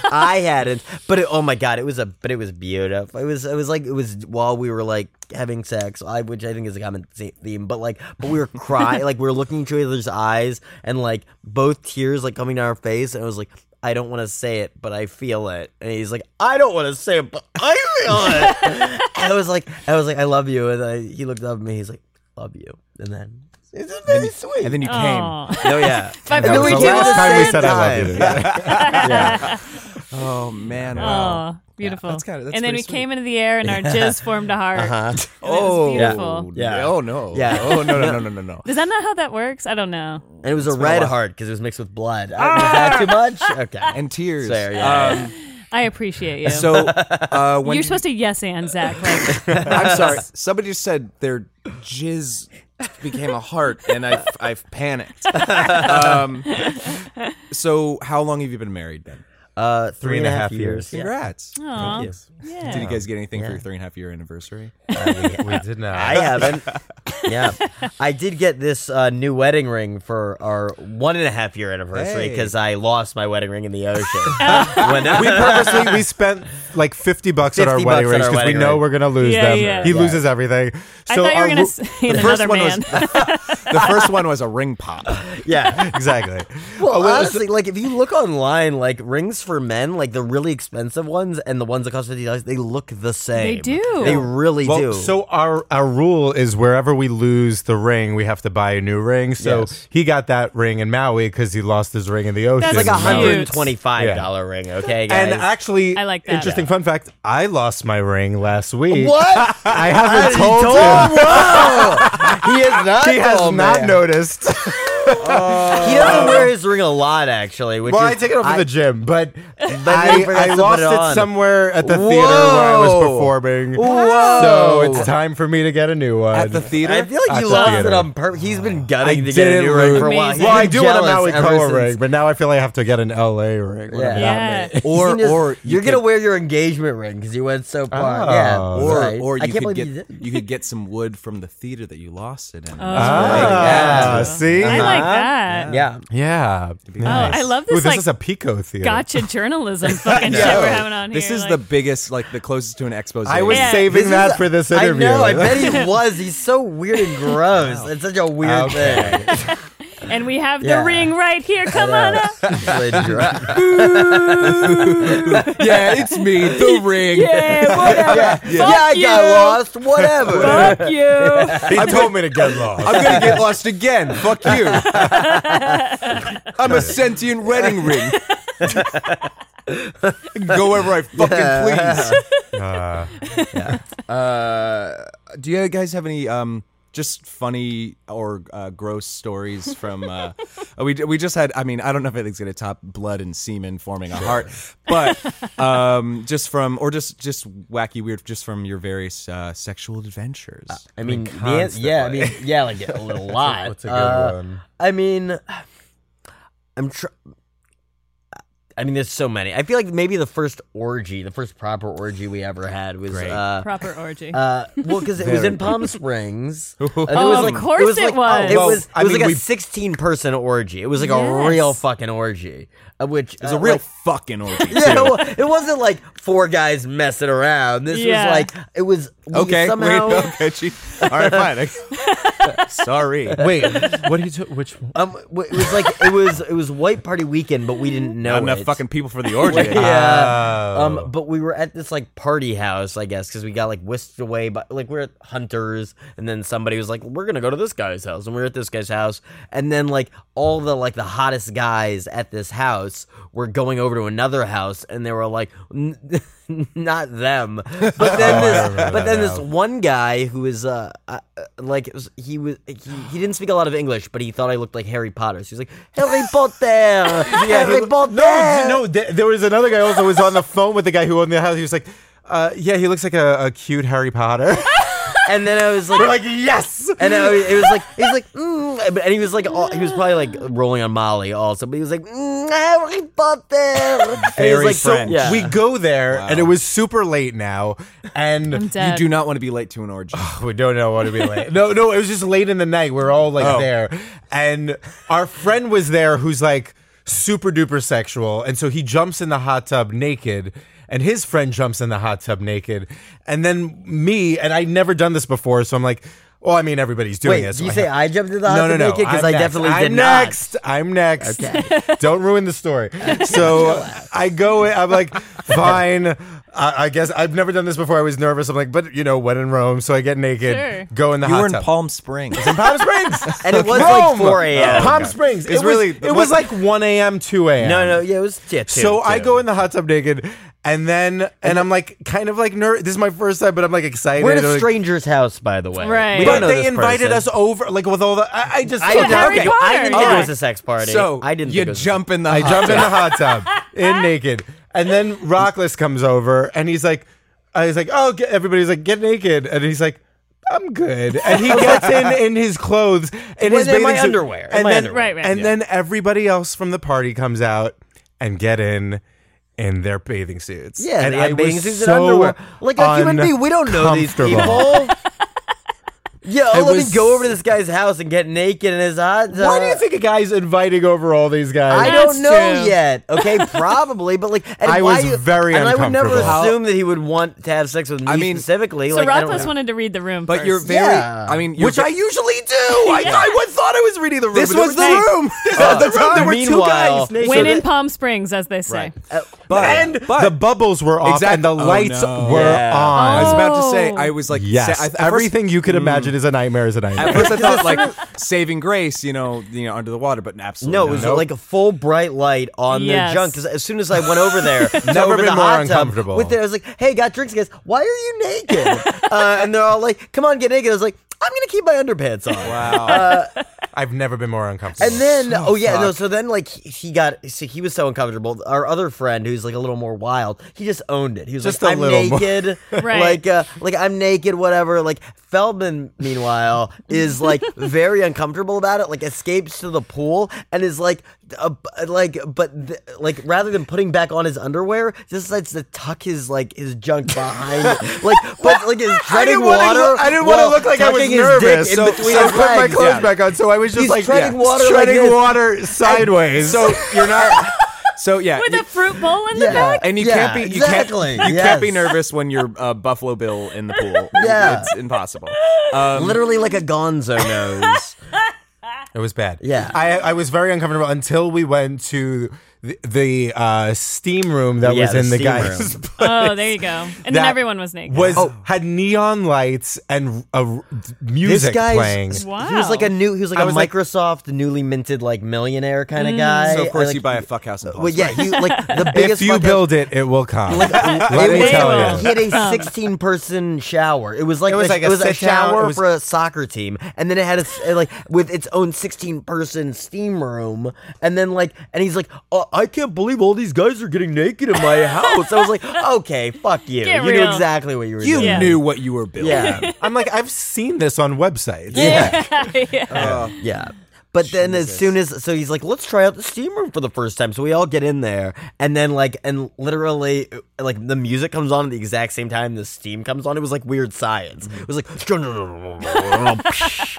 S3: Ah, I hadn't. But it, oh my god, it was a. But it was beautiful. It was. It was like it was while we were like having sex, I, which I think is a common the- theme. But like, but we were crying, like we were looking into each other's eyes, and like both tears like coming down our face, and I was like. I don't want to say it, but I feel it. And he's like, I don't want to say it, but I feel it. and I was like, I was like, I love you. And I, he looked up at me. He's like, love you. And then it's very sweet.
S1: and then you came.
S2: Aw.
S3: oh yeah.
S2: But
S1: That
S3: And
S1: was
S3: we
S1: the
S3: did it
S1: last
S3: the
S4: time we
S3: same
S4: said I love
S3: time.
S4: you. together.
S1: Oh man, wow.
S2: Oh, beautiful.
S1: that's kinda- that's
S2: and then we
S1: pretty sweet.
S2: came into the air and our jizz formed a heart.
S1: Oh,
S2: beautiful.
S3: Yeah.
S1: Oh no.
S3: Yeah.
S1: Oh no no no no no no.
S2: Is that not how that works? I don't know.
S3: And it was a Ah! red heart because it was mixed with blood. I don't know, is that too much? Okay.
S1: And tears.
S3: Fair, yeah,
S1: Um,
S2: I appreciate you.
S1: So uh, when
S2: You're supposed to yes and Zach. Like,
S1: I'm sorry, somebody just said their jizz became a heart, and I I've panicked. Um, so how long have you been married then?
S3: uh, three and a half years. Yeah.
S1: Congrats.
S2: aw, yeah.
S1: Did you guys get anything for your three and a half year anniversary?
S4: we, we did not.
S3: I haven't. yeah. I did get this uh, new wedding ring for our one and a half year
S1: Hey.
S3: anniversary because I lost my wedding ring in the ocean. when
S4: we purposely we spent like 50 bucks at our
S3: 50
S4: wedding
S3: bucks at
S4: rings
S3: our
S4: because we
S3: wedding
S4: know
S3: ring.
S4: we're going to lose
S2: Yeah,
S4: them.
S2: yeah.
S4: He
S3: Yeah.
S4: loses everything.
S2: I
S4: So
S2: thought you were
S4: our
S2: going to
S4: ru-
S2: say
S1: The first
S2: another
S1: one
S2: man.
S1: was the first one was a ring pop.
S3: yeah.
S4: Exactly.
S3: Well,
S4: Uh, well,
S3: honestly, like if you look online, like rings for men, like the really expensive ones and the ones that cost fifty dollars, they look the same.
S2: They do.
S3: They really
S4: Well,
S3: do.
S4: so our our rule is wherever we lose the ring, we have to buy a new ring. So
S3: Yes.
S4: he got that ring in Maui because he lost his ring in the ocean.
S2: That's
S3: it's like a
S2: Cute.
S3: hundred and twenty-five dollar ring. Okay, guys.
S4: And actually,
S2: I like that.
S4: Interesting fun fact: I lost my ring last week.
S3: what?
S4: I haven't
S3: Told
S4: told,
S3: him.
S4: him.
S3: Whoa! he has not.
S4: He has
S3: told
S4: not
S3: me.
S4: noticed.
S3: He doesn't wear his ring a lot, actually. Which
S4: well,
S3: is,
S4: I take it off at the gym, but
S3: he
S4: I,
S3: forgets to
S4: I
S3: put
S4: lost
S3: it
S4: it,
S3: on.
S4: somewhere at the theater where I
S3: Whoa.
S4: was performing.
S3: Whoa.
S4: So it's time for me to get a new one.
S1: At the theater?
S3: I feel like
S4: At
S3: you
S4: the
S3: lost
S4: theater.
S3: it on purpose. He's been
S4: I
S3: gutting to get a
S4: didn't
S3: new ring for a while.
S2: lose.
S3: He's
S4: well, I
S3: been
S4: do want a
S3: jealous
S4: Maui
S3: ever
S4: Koa
S3: since-
S4: ring, but now I feel like I have to get an LA ring.
S3: Yeah.
S4: whatever.
S2: Yeah.
S1: Or-
S3: You can just-
S1: or you
S3: you're gonna
S1: could-
S3: wear your engagement ring because you went so far.
S4: Oh.
S3: yeah,
S1: or
S3: right.
S1: or
S3: I
S1: you
S3: can't
S1: could
S3: believe
S1: get
S3: you
S1: you,
S3: didn't.
S1: could get some wood from the theater that you lost it in.
S4: Ah,
S3: Yeah.
S4: see?
S2: I like that. Oh,
S3: Yeah,
S4: Yeah. Nice.
S2: I love this,
S4: Ooh, this
S2: like,
S4: is a Pico theater.
S2: Gotcha journalism fucking shit we're having on here.
S1: This is
S2: like-
S1: the biggest, like the closest to an expose.
S4: I was
S2: Yeah.
S4: saving
S3: This
S4: that
S3: is-
S4: for this
S3: I
S4: interview.
S3: know. I bet he was. He's so weird and gross. It's such a weird
S4: Okay.
S3: thing.
S2: and we have the
S3: Yeah.
S2: ring right here. Come on up.
S3: yeah,
S1: yeah, it's me, the ring.
S2: Yeah, whatever.
S3: I got
S2: you.
S3: lost. Whatever.
S2: Fuck you.
S4: he told me to get lost.
S1: I'm gonna get lost again. Fuck you. I'm a sentient wedding ring. Go wherever I fucking please.
S4: Uh,
S1: Uh, do you guys have any um just funny or uh, gross stories from uh, we we just had I mean I don't know if anything's gonna top blood and semen forming a heart but um just from or just just wacky weird just from your various uh, sexual adventures
S3: I mean, the an- yeah. I mean, yeah, like a little lot.
S4: what's a good
S3: Uh,
S4: one?
S3: I mean, I'm tr- I mean, there's so many. I feel like maybe the first orgy, the first proper orgy we ever had was
S1: Great.
S3: uh,
S2: Proper orgy.
S3: Uh, well, because it was
S1: Very
S3: in Palm Springs. And it
S2: Oh,
S3: was
S2: of
S3: like,
S2: course
S3: it was.
S2: it
S3: Like, oh,
S2: was.
S3: It
S4: Well,
S3: was,
S4: I
S3: it was
S4: mean,
S3: like a
S4: we-
S3: 16 person orgy. It was like
S2: Yes.
S3: a real fucking orgy. uh, Which
S1: it's a real
S3: Like,
S1: fucking orgy
S3: yeah,
S1: too.
S3: it wa- it wasn't like four guys messing around. This
S2: Yeah.
S3: was like it was we
S1: okay
S3: Somehow,
S1: wait okay she, all right fine sorry
S4: Wait, what do you took? Which one?
S3: um, w- it was like it was it was white party weekend, but we didn't know
S1: not enough
S3: it.
S1: fucking people for the orgy
S3: Yeah.
S4: Oh.
S3: Um, but we were at this like party house, I guess, because we got like whisked away by like we're at Hunter's, and then somebody was like, "We're gonna go to this guy's house," and we were at this guy's house, and then like all the like the hottest guys at this house were going over to another house, and they were like, "N- "Not them," but
S4: Oh,
S3: then this, but then this one guy who was uh, uh like it was- he was he, he didn't speak a lot of English, but he thought I looked like Harry Potter, so he's like Harry Potter, Harry Potter.
S4: No, no. Th- there was another guy also who was on the phone with the guy who owned the house. He was like, uh, "Yeah, he looks like a, a cute Harry Potter."
S3: And then I was like,
S4: We're like, "Yes."
S3: And I, it was like he's like, mm, but- and he was like, all, he was probably like rolling on Molly also, but he was like, mm, Harry Potter. And he
S1: Very
S3: was like,
S1: French.
S3: yeah.
S4: We go there, and it was super late now, and
S2: I'm
S1: you
S2: dead.
S1: do not want to be late to an orgy
S4: we don't know what to be late. No, no, it was just late in the night. We are all like
S1: Oh.
S4: there, and our friend was there, who's like super duper sexual, and so he jumps in the hot tub naked, and his friend jumps in the hot tub naked, and then me, and I'd never done this before, so I'm like, well, I mean, everybody's doing
S3: Wait,
S4: this.
S3: do you
S4: so I
S3: say
S4: have-
S3: I jumped in the hot
S4: no, no,
S3: tub
S4: no.
S3: naked? Because
S4: I'm
S3: I
S4: next.
S3: definitely
S4: I'm
S3: did
S4: next. I'm next. Don't ruin the story. So uh, I go. in- I'm like, fine. I, I guess I've never done this before. I was nervous. I'm like, but you know, when in Rome, so I get naked,
S2: Sure.
S4: go in the
S1: you
S4: hot
S1: were in
S4: tub.
S1: Palm Springs
S4: In Palm Springs,
S3: And it was
S4: Rome! Oh,
S3: like 4 a.m.
S4: Palm Springs.
S1: It's
S4: it was,
S1: really-
S4: It was like 1 a.m. 2 a.m.
S3: No, no, yeah, it was yeah, two,
S4: So I
S3: two.
S4: go in the hot tub naked, and then and I'm like kind of like nervous. This is my first time, but I'm like excited.
S3: We're at
S4: I'm
S3: a
S4: like-
S3: stranger's house, by the way.
S2: Right.
S3: We
S4: But
S3: don't know
S4: they
S3: this
S4: invited
S3: person.
S4: us over, like with all the. I, I just
S3: I
S4: Okay,
S3: didn't,
S2: Harry
S3: okay,
S2: Potter,
S3: I didn't think
S2: yeah.
S3: it was a sex party.
S1: so
S3: I didn't.
S1: you
S3: think it was a-
S1: jump in the
S4: I
S1: hot
S4: jump in
S1: tub.
S4: the hot tub in naked, and then Rockless comes over, and he's like, I was like, oh, get, everybody's like, get naked, and he's like. I'm good, and he gets in in his clothes in
S3: Well,
S4: his
S3: in my
S4: bathing suit,
S3: underwear, in
S4: and
S3: my
S4: then
S3: underwear.
S2: Right, right.
S4: and
S2: Yeah.
S4: then everybody else from the party comes out and get in in their bathing suits.
S3: Yeah,
S4: and
S3: they had
S4: I
S3: bathing
S4: was
S3: suits and
S4: so
S3: underwear. Like a human being, we don't know these
S4: uncomfortable.
S3: people. Yo,
S4: It
S3: let
S4: was-
S3: me go over to this guy's house and get naked in his hot tub.
S4: Why do you think a guy's inviting over all these guys?
S3: I don't
S2: That's
S3: know
S2: true.
S3: yet. Okay, probably, but like, and
S4: I
S3: why
S4: was
S3: you-
S4: very
S3: and I would
S4: uncomfortable.
S3: never assume that he would want to have sex with me
S1: I mean-
S3: specifically.
S2: So
S3: like, I don't
S2: Rothfuss
S3: know.
S2: wanted to read the room.
S1: But
S2: first.
S1: you're very. I mean, you're
S4: which
S1: ve-
S4: I usually do. I, I thought I was reading the room.
S1: This
S4: but
S1: was the
S4: there were-
S1: room. This
S4: Uh,
S1: was the room. There were two
S3: meanwhile-
S1: guys. naked.
S2: when in
S4: that-
S2: Palm Springs, as they say.
S3: uh,
S1: But,
S4: and
S1: but-
S4: the bubbles were off
S1: Exact-
S4: and the
S1: Oh,
S4: lights
S1: no.
S4: were
S3: Yeah.
S1: I
S4: on.
S1: was about to say.
S2: Oh.
S1: I was like,
S4: Yes,
S1: sa- I- at first- Mm.
S4: everything you could imagine is a nightmare. Is a nightmare.
S1: At first, I thought like saving grace, you know, you know, under the water, but absolutely
S3: No, it was
S1: not.
S3: like a full bright light on
S2: Yes.
S3: their junk. Because as soon as I went over there, to
S4: Never
S3: over
S4: been
S3: the
S4: more
S3: hot tub
S4: uncomfortable.
S3: With it, I was like, "Hey, got drinks, guys? Why are you naked?" uh, and they're all like, "Come on, get naked." I was like, "I'm gonna keep my underpants on."
S1: wow. Uh,
S4: I've never been more uncomfortable.
S3: And then, oh yeah, no.
S1: fuck.
S3: So then, like he he got, so he was so uncomfortable. Our other friend, who's like a little more wild, he just owned it. He was
S4: Just a
S3: like, "I'm
S4: little more."
S3: naked,
S2: Right.
S3: like, uh, like I'm naked, whatever." Like Feldman, meanwhile, is like very uncomfortable about it. Like escapes to the pool and is like, uh, b- like, but th- like rather than putting back on his underwear, just decides to tuck his like his junk behind, like, but like his treading
S4: wanna
S3: water.
S4: look- I didn't want to
S3: while
S4: look like I was
S3: tucking his
S4: nervous,
S3: dick
S4: so,
S3: in between
S4: so I
S3: his
S4: put my
S3: legs.
S4: clothes
S3: Yeah.
S4: back on. So I was just
S3: He's
S4: like
S3: treading
S4: yeah,
S3: water like
S4: treading
S3: this.
S4: water sideways.
S1: so you're not. So yeah,
S2: With
S1: you-
S2: a fruit bowl in the
S3: Yeah.
S2: back?
S1: and you
S3: Yeah,
S1: can't be you
S3: exactly,
S1: can't you
S3: yes.
S1: can't be nervous when you're uh, Buffalo Bill in the pool.
S3: Yeah.
S1: it's impossible. Um,
S3: literally like a Gonzo nose.
S4: It was bad.
S3: Yeah.
S4: I, I was very uncomfortable until we went to the, the uh, steam room that
S3: Yeah,
S4: was
S3: the
S4: in the
S3: steam
S4: guy's.
S3: room.
S2: Oh, there you go. And then
S4: That
S2: everyone was naked.
S4: Was
S3: Oh.
S4: had neon lights and uh, music
S3: this guy's
S4: playing.
S2: Wow.
S3: He was like a new. He was like
S4: I
S3: a
S4: was like-
S3: Microsoft newly minted like millionaire kind
S2: Mm.
S3: of guy.
S1: so of course
S3: Like,
S1: you buy a fuck house in Palm
S3: Well, yeah,
S1: Springs.
S3: he like the biggest.
S4: If you
S3: fucking-
S4: build it, it will come. Let
S3: it
S4: me
S3: was-
S4: tell you.
S3: He had
S2: Um.
S3: a 16 person shower. It was like
S4: It was
S3: the-
S4: like a
S3: it was a
S4: sit-down-
S3: shower
S4: it was-
S3: for a soccer team, and then it had a s- like with its own 16 person steam room, and then like and he's like, oh, I can't believe all these guys are getting naked in my house. I was like, okay, fuck you.
S2: Get
S3: you
S2: real.
S3: knew exactly what you were
S1: you
S3: doing.
S2: Yeah.
S1: knew what you were building.
S3: Yeah.
S4: I'm like, I've seen this on websites.
S3: yeah.
S2: yeah.
S1: Uh,
S3: Yeah. But then as soon as so he's like, let's try out the steam room for the first time. So we all get in there, and then like and literally like the music comes on at the exact same time the steam comes on. It was like weird science.
S1: Mm-hmm.
S3: It was like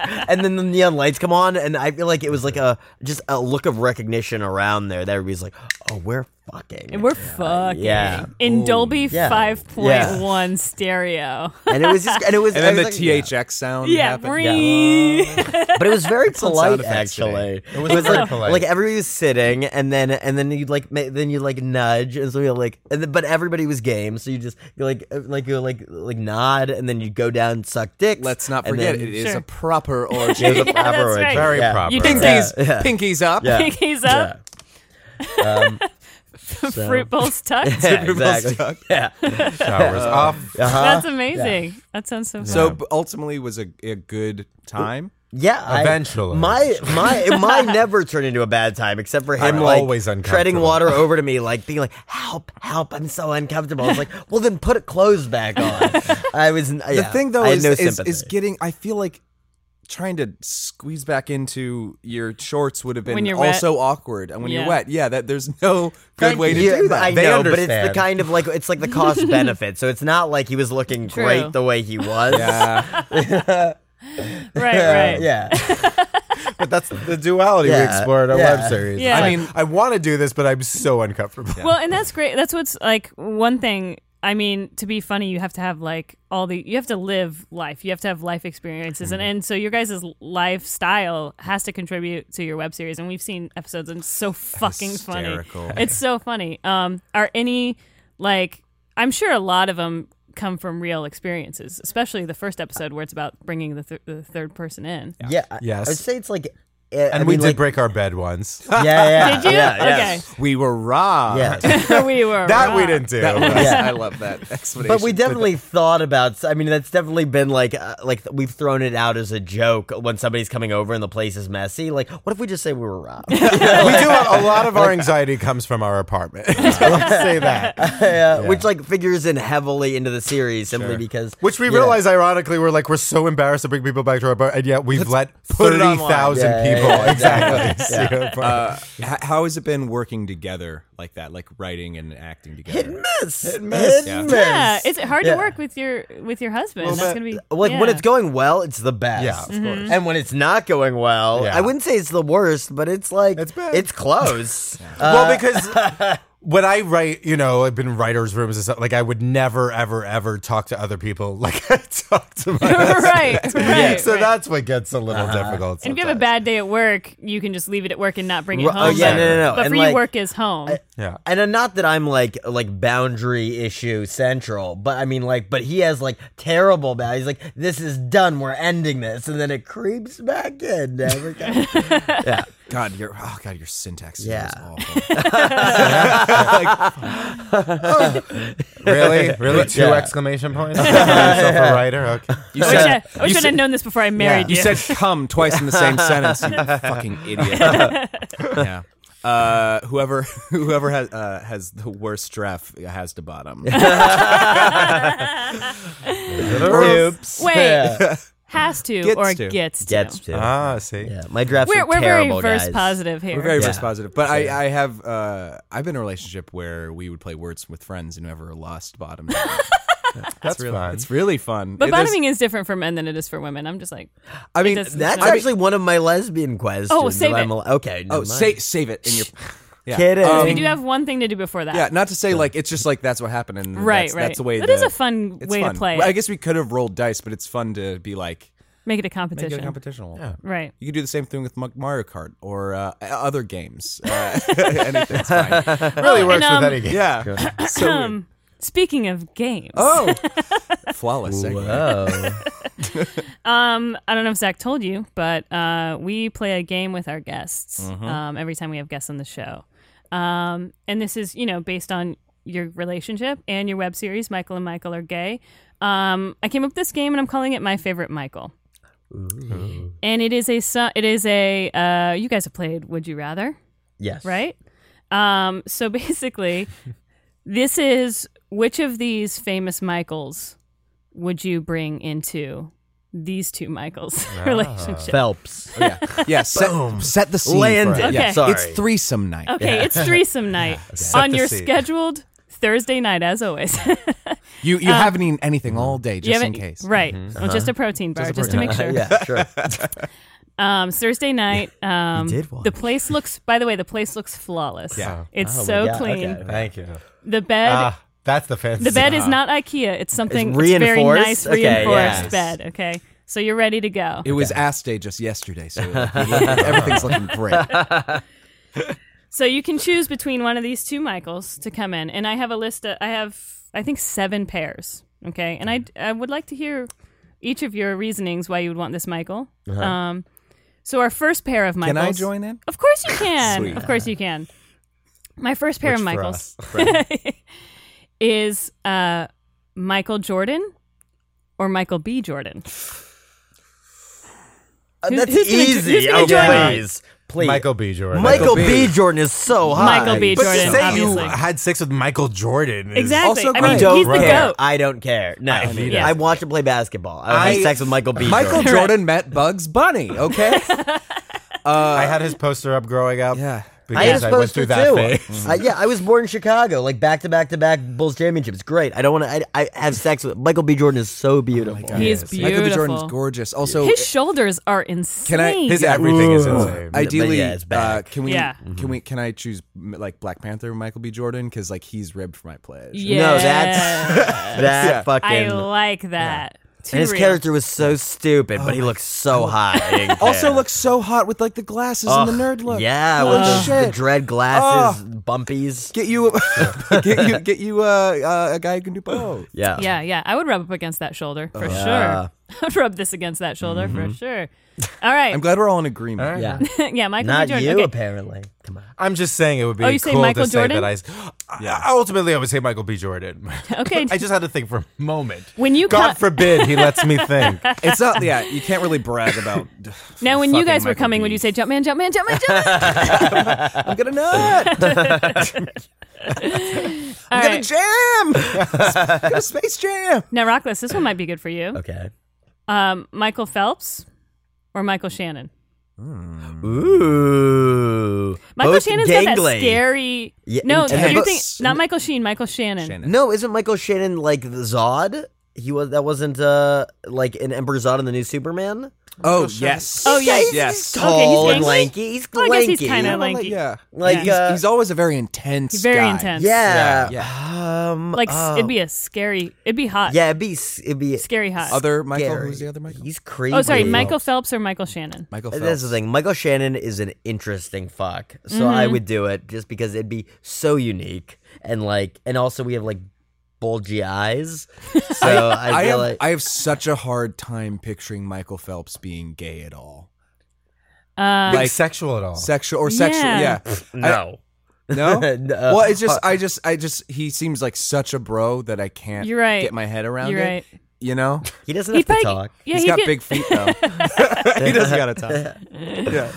S3: and then the neon lights come on, and I feel like it was like a just a look of recognition around there that everybody's like, Oh, we're fucking
S2: We're fucking
S3: Yeah.
S2: in Dolby
S3: yeah.
S2: 5.1 stereo.
S3: And it was just and it was
S1: And then
S3: I
S1: the
S3: was like, yeah.
S1: THX sound
S2: yeah,
S1: happened.
S2: free.
S3: but it was very polite
S1: sound effects
S3: actually.
S1: today.
S3: It was,
S4: very
S3: like,
S4: polite.
S3: like everybody was sitting, and then and then you'd like ma- then you like nudge, and so you like, and then, but everybody was game, so you just you like uh, like you like like nod, and then you go down and suck dicks.
S1: Let's not
S3: and
S1: forget
S3: then-
S1: it is
S2: Sure.
S1: a proper orgy.
S3: It was a
S2: Yeah,
S3: proper
S2: that's
S3: orgy.
S2: right.
S4: Very
S3: Yeah.
S4: proper.
S2: You did say-
S1: pinkies,
S3: Yeah.
S1: pinkies up.
S3: Yeah.
S2: Pinkies up, fruit bowls tucked.
S3: Yeah,
S1: Super Bowl
S3: exactly.
S1: stuck.
S3: Yeah. Uh-huh.
S4: Showers off.
S2: That's amazing. That sounds so fun.
S1: So but ultimately, was a, a good time.
S3: Yeah, I-
S4: Eventually.
S3: my my my never turned into a bad time, except for him
S4: I'm
S3: like
S4: always uncomfortable.
S3: treading water over to me, like being like, "Help, help! I'm so uncomfortable." I was like, "Well, then put clothes back on." I was the
S1: the thing though
S3: I had
S1: is,
S3: no
S1: is,
S3: sympathy.
S1: is getting i feel like trying to squeeze back into your shorts would have been
S2: When you're wet.
S1: also awkward and when
S2: Yeah.
S1: you're wet yeah that there's no good way to
S3: Yeah,
S1: do
S3: but
S1: that
S3: I
S4: They
S3: know, but it's
S4: understand.
S3: the kind of like it's like the cost benefit. So it's not like he was looking
S2: True.
S3: great the way he was.
S1: yeah,
S2: right, right.
S3: Yeah.
S4: But that's the duality we
S3: Yeah.
S4: explored in our
S3: Yeah.
S4: web series.
S2: Yeah.
S4: I
S2: I
S4: mean, I want to do this, but I'm so uncomfortable.
S2: Well, and that's great. That's what's like one thing. I mean, to be funny, you have to have like all the you have to live life. You have to have life experiences, and
S4: Mm-hmm.
S2: and so your guys' lifestyle has to contribute to your web series. And we've seen episodes, and it's so fucking
S1: Hysterical.
S2: funny. It's so funny. Um, are any like I'm sure a lot of them come from real experiences, especially the first episode where it's about bringing the, th- the third person in.
S3: Yeah. I-
S4: Yes.
S3: I would say it's like uh, I
S4: and we
S3: mean,
S4: did
S3: like,
S4: break our bed once.
S3: Yeah, yeah.
S2: Did you?
S3: Yeah, yeah.
S1: we were robbed
S3: Yeah.
S2: Okay, we were
S4: That we
S2: robbed.
S4: didn't do.
S1: That was-
S3: Yeah.
S1: i love that explanation
S3: But we definitely thought about. I mean, that's definitely been like, uh, like we've thrown it out as a joke when somebody's coming over and the place is messy. Like, what if we just say we were robbed?
S4: we do have a lot of our anxiety comes from our apartment. Let's say that.
S3: yeah. Which like figures in heavily into the series simply because
S4: Which we
S3: you know,
S4: realize, ironically, we're like we're so embarrassed to bring people back to our bar, and yet we've let
S1: put it
S4: thirty thousand
S1: your
S3: online. Yeah, yeah, yeah,
S1: point.
S3: yeah,
S1: exactly.
S4: See your point.
S1: Uh, h- how has it been working together like that, like writing and acting together?
S3: miss. Hit
S4: miss.
S1: Yeah.
S3: miss.
S2: Yeah, it's hard
S3: Yeah.
S2: to work with your with your husband.
S4: Little
S2: That's
S4: bit.
S2: gonna be
S3: Like
S2: yeah. Mm-hmm.
S3: when it's going well, it's the best.
S4: Yeah, of course.
S3: And when it's not going well,
S4: Yeah.
S3: I wouldn't say it's the worst, but it's like
S4: It's bad.
S3: it's close. Uh,
S4: well, because when I write, you know, I've been writers' rooms and stuff. Like, I would never, ever, ever talk to other people like I talk to my. husband.
S2: right, right.
S4: so
S2: right.
S4: that's what gets a little difficult.
S2: And if you have a
S4: sometimes.
S2: bad day at work, you can just leave it at work and not bring it
S3: Ru-
S2: home.
S3: oh, yeah,
S2: but,
S3: no, no, no.
S2: But
S3: And,
S2: for
S3: like,
S2: you, work is home.
S4: yeah.
S3: And uh, not that I'm like like boundary issue central, but I mean like, but he has like terrible boundaries. He's like, this is done. We're ending this, and then it creeps back in. Never go.
S1: God, your oh God, your syntax is
S3: Yeah.
S1: awful.
S4: Really? Really? Two
S3: Yeah.
S4: exclamation points? Call yourself a writer? Okay.
S1: You
S2: I wish, I, I wish I'd have known this before I married
S1: You
S2: you.
S1: said "come" twice in the same sentence. You fucking idiot. yeah. Uh, whoever whoever has uh, has the worst draft has to bottom.
S3: Oops.
S2: Wait.
S3: Yeah.
S2: has to
S1: Gets
S2: or
S1: to.
S2: gets to.
S3: Gets to.
S4: Ah, see.
S3: yeah. My drafts
S2: We're,
S3: are
S2: we're very
S3: terrible,
S2: verse
S3: guys.
S2: positive here.
S1: We're very
S3: Yeah.
S1: risk positive, but I, I have uh, I've been in a relationship where we would play words with friends and whoever lost bottom.
S4: That's
S1: really,
S4: fun.
S1: It's really fun.
S2: but
S1: It- there's-
S2: bottoming is different for men than it is for women. I'm just like,
S1: I mean,
S2: doesn't-
S3: That's
S2: I mean-
S3: actually one of my lesbian questions.
S2: Oh, save
S3: that I'm
S2: it.
S3: al- okay.
S1: oh,
S3: never mind.
S1: sa- save it in your. Yeah. Um,
S3: Kidding.
S2: we do have one thing to do before that.
S1: Yeah, not to say like it's just like that's what happened and
S2: right,
S1: that's,
S2: right.
S1: that's the way
S2: That
S1: the-
S2: is a fun
S1: it's
S2: way
S1: fun.
S2: to play.
S1: I
S2: it.
S1: guess we could have rolled dice, but it's fun to be like
S2: Make it a
S1: make
S2: competition.
S1: it a competition. roll.
S2: Right.
S1: You can do the same thing with Mar- Mario Kart or uh, other games. Uh, anything's fine.
S4: Really works
S2: um,
S4: with any game.
S1: Yeah. so weird.
S2: Um, speaking of games,
S1: oh, flawless. segue.
S3: Whoa.
S2: um, I don't know if Zach told you, but uh, we play a game with our guests um, every time we have guests on the show, um, and this is you know based on your relationship and your web series. Michael and Michael are gay. Um, I came up with this game, and I'm calling it My Favorite Michael. And it is a su- it is a uh, you guys have played Would You Rather?
S3: yes.
S2: right? Um, so basically, this is which of these famous Michaels would you bring into these two Michaels' relationship?
S3: Phelps.
S1: Yeah. Yeah. Set, set the scene.
S3: Land
S1: for it.
S3: it.
S1: Yeah.
S2: Okay. Oh,
S3: Sorry.
S1: It's threesome night.
S2: Okay, it's threesome night on
S4: the
S2: your
S4: scene.
S2: scheduled Thursday night, as always.
S1: You you haven't eaten anything all day,
S2: um, You
S1: just in
S2: haven't-
S1: case.
S2: right? Well, just a protein bar, just, to make sure.
S3: yeah. Sure.
S2: Um, it's Thursday night. Um,
S3: did watch.
S2: the place looks. By the way, the place looks flawless.
S4: Yeah.
S2: it's
S3: Oh,
S2: so
S3: yeah,
S2: clean.
S3: okay.
S4: Thank you.
S2: The bed.
S4: Ah, that's the fancy.
S2: The bed is not IKEA. It's something
S3: It's
S2: it's very
S3: reinforced?
S2: nice,
S3: Okay,
S2: reinforced
S3: yes.
S2: bed. Okay, so you're ready to go.
S1: It was ass day just yesterday, so like, we look- everything's looking great.
S2: So you can choose between one of these two Michaels to come in, and I have a list. Of, I have, I think, seven pairs. Okay, and I I would like to hear each of your reasonings why you would want this Michael. Um, so our first pair of Michaels.
S1: Can I join in?
S2: Of course you can.
S1: Sweet.
S2: Of course you can. My first pair
S4: Which
S2: of
S4: for
S2: Michaels
S4: us,
S2: is uh, Michael Jordan or Michael B. Jordan.
S3: Uh,
S2: Who's-
S3: That's
S2: who's gonna jo-
S3: easy.
S2: who's gonna
S3: oh,
S2: join me?
S3: please. Please.
S4: Michael B. Jordan.
S3: Michael B.
S1: B.
S3: Jordan is so high.
S2: Michael B.
S4: But
S2: Jordan,
S4: to say
S2: obviously.
S4: you had sex with Michael Jordan is
S2: Exactly.
S1: Also
S2: I mean,
S1: great.
S3: don't
S2: he's the
S3: care.
S2: goat.
S3: I don't care. No, I,
S4: need
S2: it.
S3: watch him play basketball. I,
S4: I-
S3: had sex with Michael B.
S1: Michael
S3: Jordan.
S1: Jordan met Bugs Bunny. Okay.
S4: I had his poster up growing up.
S1: Yeah.
S3: I
S4: Because
S3: was
S4: I, went
S3: supposed
S4: through
S3: to
S4: that
S3: too.
S4: phase.
S3: Uh, yeah, I was born in Chicago, like back to back to back Bulls championships. Great. I don't want to. I, I have sex with Michael B. Jordan. Is so beautiful.
S2: He is beautiful.
S1: Michael B. Jordan's gorgeous. Also,
S2: His shoulders are insane.
S1: Can I-
S4: His everything is
S3: Ooh.
S4: insane.
S1: ideally,
S3: yeah, it's
S1: uh,
S3: back.
S1: can we?
S2: Yeah.
S1: Can we? Can I choose m- like Black Panther, Michael B. Jordan? Because like he's ribbed for my pledge.
S2: yeah.
S3: No, that's that
S4: Yeah.
S2: I
S3: fucking.
S2: like that. Too
S3: and his
S2: real.
S3: character was so stupid, but he looked so hot. I didn't
S1: Also
S3: care.
S1: looks so hot with like the glasses and the nerd look.
S3: Yeah,
S1: Holy
S3: with those, the
S1: shit.
S3: dread glasses, bumpies.
S1: get you, get you, get you uh, uh, a guy who can do both.
S3: Yeah.
S2: Yeah, yeah. I would rub up against that shoulder for
S3: Yeah.
S2: sure. I would rub this against that shoulder for sure. All right.
S1: I'm glad we're all in agreement.
S3: Yeah.
S2: yeah, Michael
S3: Not
S2: B. Jordan.
S3: you,
S2: okay.
S3: apparently. Come on.
S4: I'm just saying it would be
S2: Oh, you say
S4: cool
S2: Michael
S4: to
S2: Jordan?
S4: say that I, I- ultimately I would say Michael B. Jordan.
S2: Okay.
S4: I just had to think for a moment.
S2: When you co-
S4: God forbid he lets me think.
S1: It's not. Yeah, you can't really brag about.
S2: now, when you
S1: fucking
S2: guys were
S1: Michael
S2: coming,
S1: B.
S2: would you say jump man, jump man, jump man, jump man?
S1: I'm gonna nut. I'm
S2: All
S1: gonna
S2: right.
S1: jam. gonna space jam.
S2: now, Rockless, this one might be good for you.
S3: Okay.
S2: Um, Michael Phelps or Michael Shannon?
S3: Ooh.
S2: Michael
S3: Both
S2: Shannon's
S3: gangly.
S2: got that scary.
S3: Yeah,
S2: no,
S3: intense.
S2: you're thinking not Michael Sheen. Michael Shannon.
S1: Shannon.
S3: No, isn't Michael Shannon like the Zod? He was that wasn't uh like an Emperor Zod in the new Superman.
S1: Oh yes.
S2: Oh, yeah.
S1: Yes.
S2: Okay, he's
S3: Tall and
S2: gangly?
S3: lanky. He's
S2: Well, I
S3: lanky.
S2: guess he's kinda like- Lanky.
S1: Yeah.
S3: Like,
S1: he's,
S3: uh,
S1: he's always a very intense.
S2: He's very
S1: guy.
S2: intense.
S3: yeah.
S1: Yeah,
S3: Um,
S2: Like s
S3: oh.
S2: it'd be a scary. It'd be hot.
S3: yeah, it'd be s- it'd be
S2: Scary hot.
S1: Other Michael.
S3: scary.
S1: Who's the other Michael?
S3: He's crazy.
S2: oh, sorry, Michael Phelps or Michael Shannon.
S1: Michael. Phelps.
S3: That's the thing. Michael Shannon is an interesting fuck, so I
S2: Mm-hmm.
S3: would do it just because it'd be so unique and like, and also we have like bulgy eyes, so I,
S1: I
S3: feel
S1: have,
S3: like
S1: I have such a hard time picturing Michael Phelps being gay at all.
S2: Uh,
S4: like sexual at all.
S1: Sexual or sexual.
S2: Yeah.
S1: Yeah.
S3: no.
S1: No.
S3: No. uh,
S1: well, it's just, I just, I just, he seems like such a bro that I can't
S2: You're right.
S1: get my head around
S2: You're
S1: it.
S2: right.
S1: You know?
S3: he doesn't
S2: He'd
S3: have to
S2: probably-
S3: talk.
S2: Yeah,
S1: he's
S2: he
S1: got
S2: could-
S1: big feet though. he does got a ton. Yeah.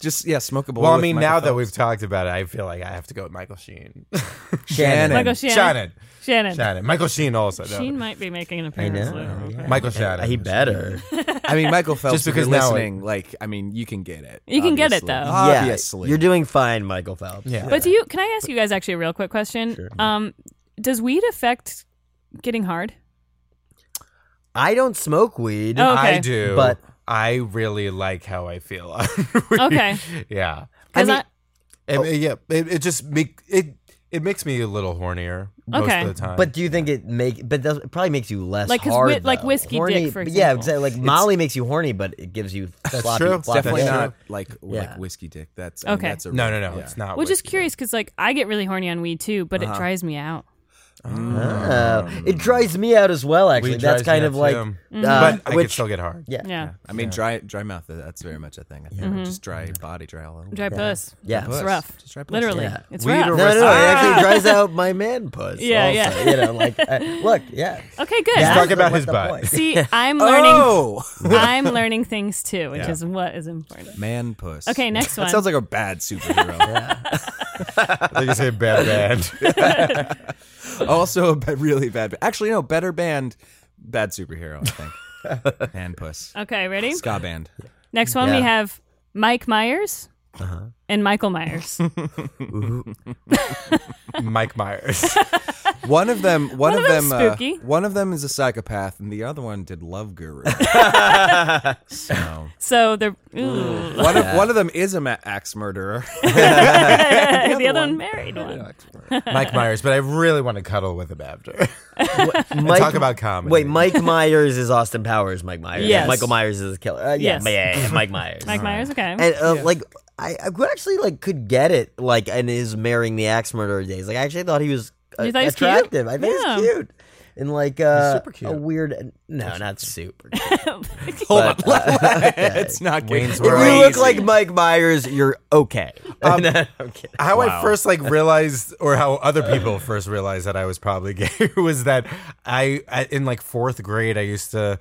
S1: Just yeah, smoke a bowl.
S4: Well, I
S1: with
S4: mean,
S1: Michael
S4: now that
S1: Phelps.
S4: we've talked about it, I feel like I have to go with Michael Sheen.
S1: Shannon.
S2: Michael Shannon.
S4: Shannon.
S2: Shannon.
S4: Shannon. Michael Sheen also. No.
S2: Sheen might be making an appearance.
S3: know,
S2: later.
S4: Michael Shannon.
S3: He better.
S1: I mean, Michael Phelps.
S4: Just
S1: if you're
S4: because now it-
S1: listening, like, I mean, you can get it.
S2: You can get it,
S1: obviously.
S2: though.
S3: Yeah,
S1: Obviously,
S3: you're doing fine, Michael Phelps.
S4: Yeah.
S2: But do you? Can I ask you guys actually a real quick question? Um, does weed affect getting hard?
S3: I don't smoke weed.
S2: Oh, okay.
S4: I do.
S3: But-
S4: I really like how I feel.
S2: Okay.
S4: Yeah.
S2: Because
S3: mean-
S4: It- it- yeah. It, it just make it. It makes me a little hornier most
S2: Okay.
S4: of the time.
S3: But do you think it make? But that's- it probably makes you less
S2: Like, 'cause
S3: hard.
S2: whi- like
S3: though.
S2: whiskey
S3: horny,
S2: dick, for
S3: Yeah,
S2: example.
S3: exactly. Like Molly makes you horny, but it gives you sloppy.
S4: true. It's
S3: floppy Uh,
S1: definitely
S4: Yeah.
S3: dick.
S1: not like
S3: Yeah.
S1: like whiskey dick. That's I mean,
S2: Okay.
S1: That's a
S4: no, no, no.
S1: yeah.
S4: It's not.
S2: well, just
S4: whiskey.
S2: curious because like I get really horny on weed too, but it dries me out.
S3: Uh, it dries me out as well. Actually,
S4: Weed
S3: that's
S4: drives me
S3: kind
S4: out
S3: of like.
S4: too.
S2: Mm-hmm.
S3: uh,
S4: but I
S3: which-
S4: can still get hard.
S3: Yeah.
S2: Yeah,
S1: I mean, dry dry mouth. uh, That's very much a thing. I think. Just dry body, dry all over.
S2: Mm-hmm. dry puss.
S3: Yeah.
S2: it's
S1: Puss.
S2: rough.
S1: Just dry puss.
S2: Literally,
S3: Yeah.
S2: it's
S4: Weed
S2: rough.
S4: or
S3: No, no, no. It
S4: Ah!
S3: actually dries out my man puss.
S2: Yeah,
S3: also,
S2: yeah.
S3: You know, like uh, look, yeah.
S2: Okay, good.
S3: That's
S4: talking
S3: the-
S4: about
S3: what
S4: his
S3: the
S4: butt.
S3: point.
S2: See, I'm learning.
S1: Oh,
S2: I'm learning things too, which
S1: Yeah.
S2: is what is important.
S1: man, puss.
S2: Okay, next one.
S1: That sounds like a bad superhero.
S4: Like I say, bad band.
S1: Also, a ba- really bad. ba- Actually, no, better band, bad superhero. I think. Man, puss.
S2: Okay, ready?
S1: Ska band.
S2: Next one we
S3: Yeah.
S2: have Mike Myers and Michael Myers.
S4: Mike Myers.
S1: One of them. One, of
S2: them's
S1: them. uh,
S2: spooky.
S1: one of them is a psychopath, and the other one did Love Guru. so
S2: so the ooh,
S1: one of one of them is a ma- axe murderer.
S2: the, other one married one.
S4: Mike Myers. But I really want to cuddle with him after.
S3: Mike,
S4: talk about comedy.
S3: Wait, Mike Myers is Austin Powers. Mike Myers.
S2: Yes.
S3: Michael Myers is a killer. Uh, yeah,
S2: Yes.
S3: yeah, yeah, yeah, Mike Myers.
S2: Mike Myers, okay.
S3: and uh, like I, I could actually like could get it like and his marrying the axe murderer days. Like I actually thought he was uh,
S2: You thought he was cute?
S3: attractive. I think
S2: Yeah.
S3: he's cute. And like uh,
S4: super cute.
S3: a weird no, not super. Cute.
S1: Hold on, it's not good.
S4: uh, Wayne's
S1: It
S3: if
S4: World.
S1: really
S3: you look
S1: is-
S3: like Mike Myers, you're okay.
S4: Um,
S3: okay.
S4: How I first like realized, or how other people first realized that I was probably gay, was that I I- in like fourth grade I used to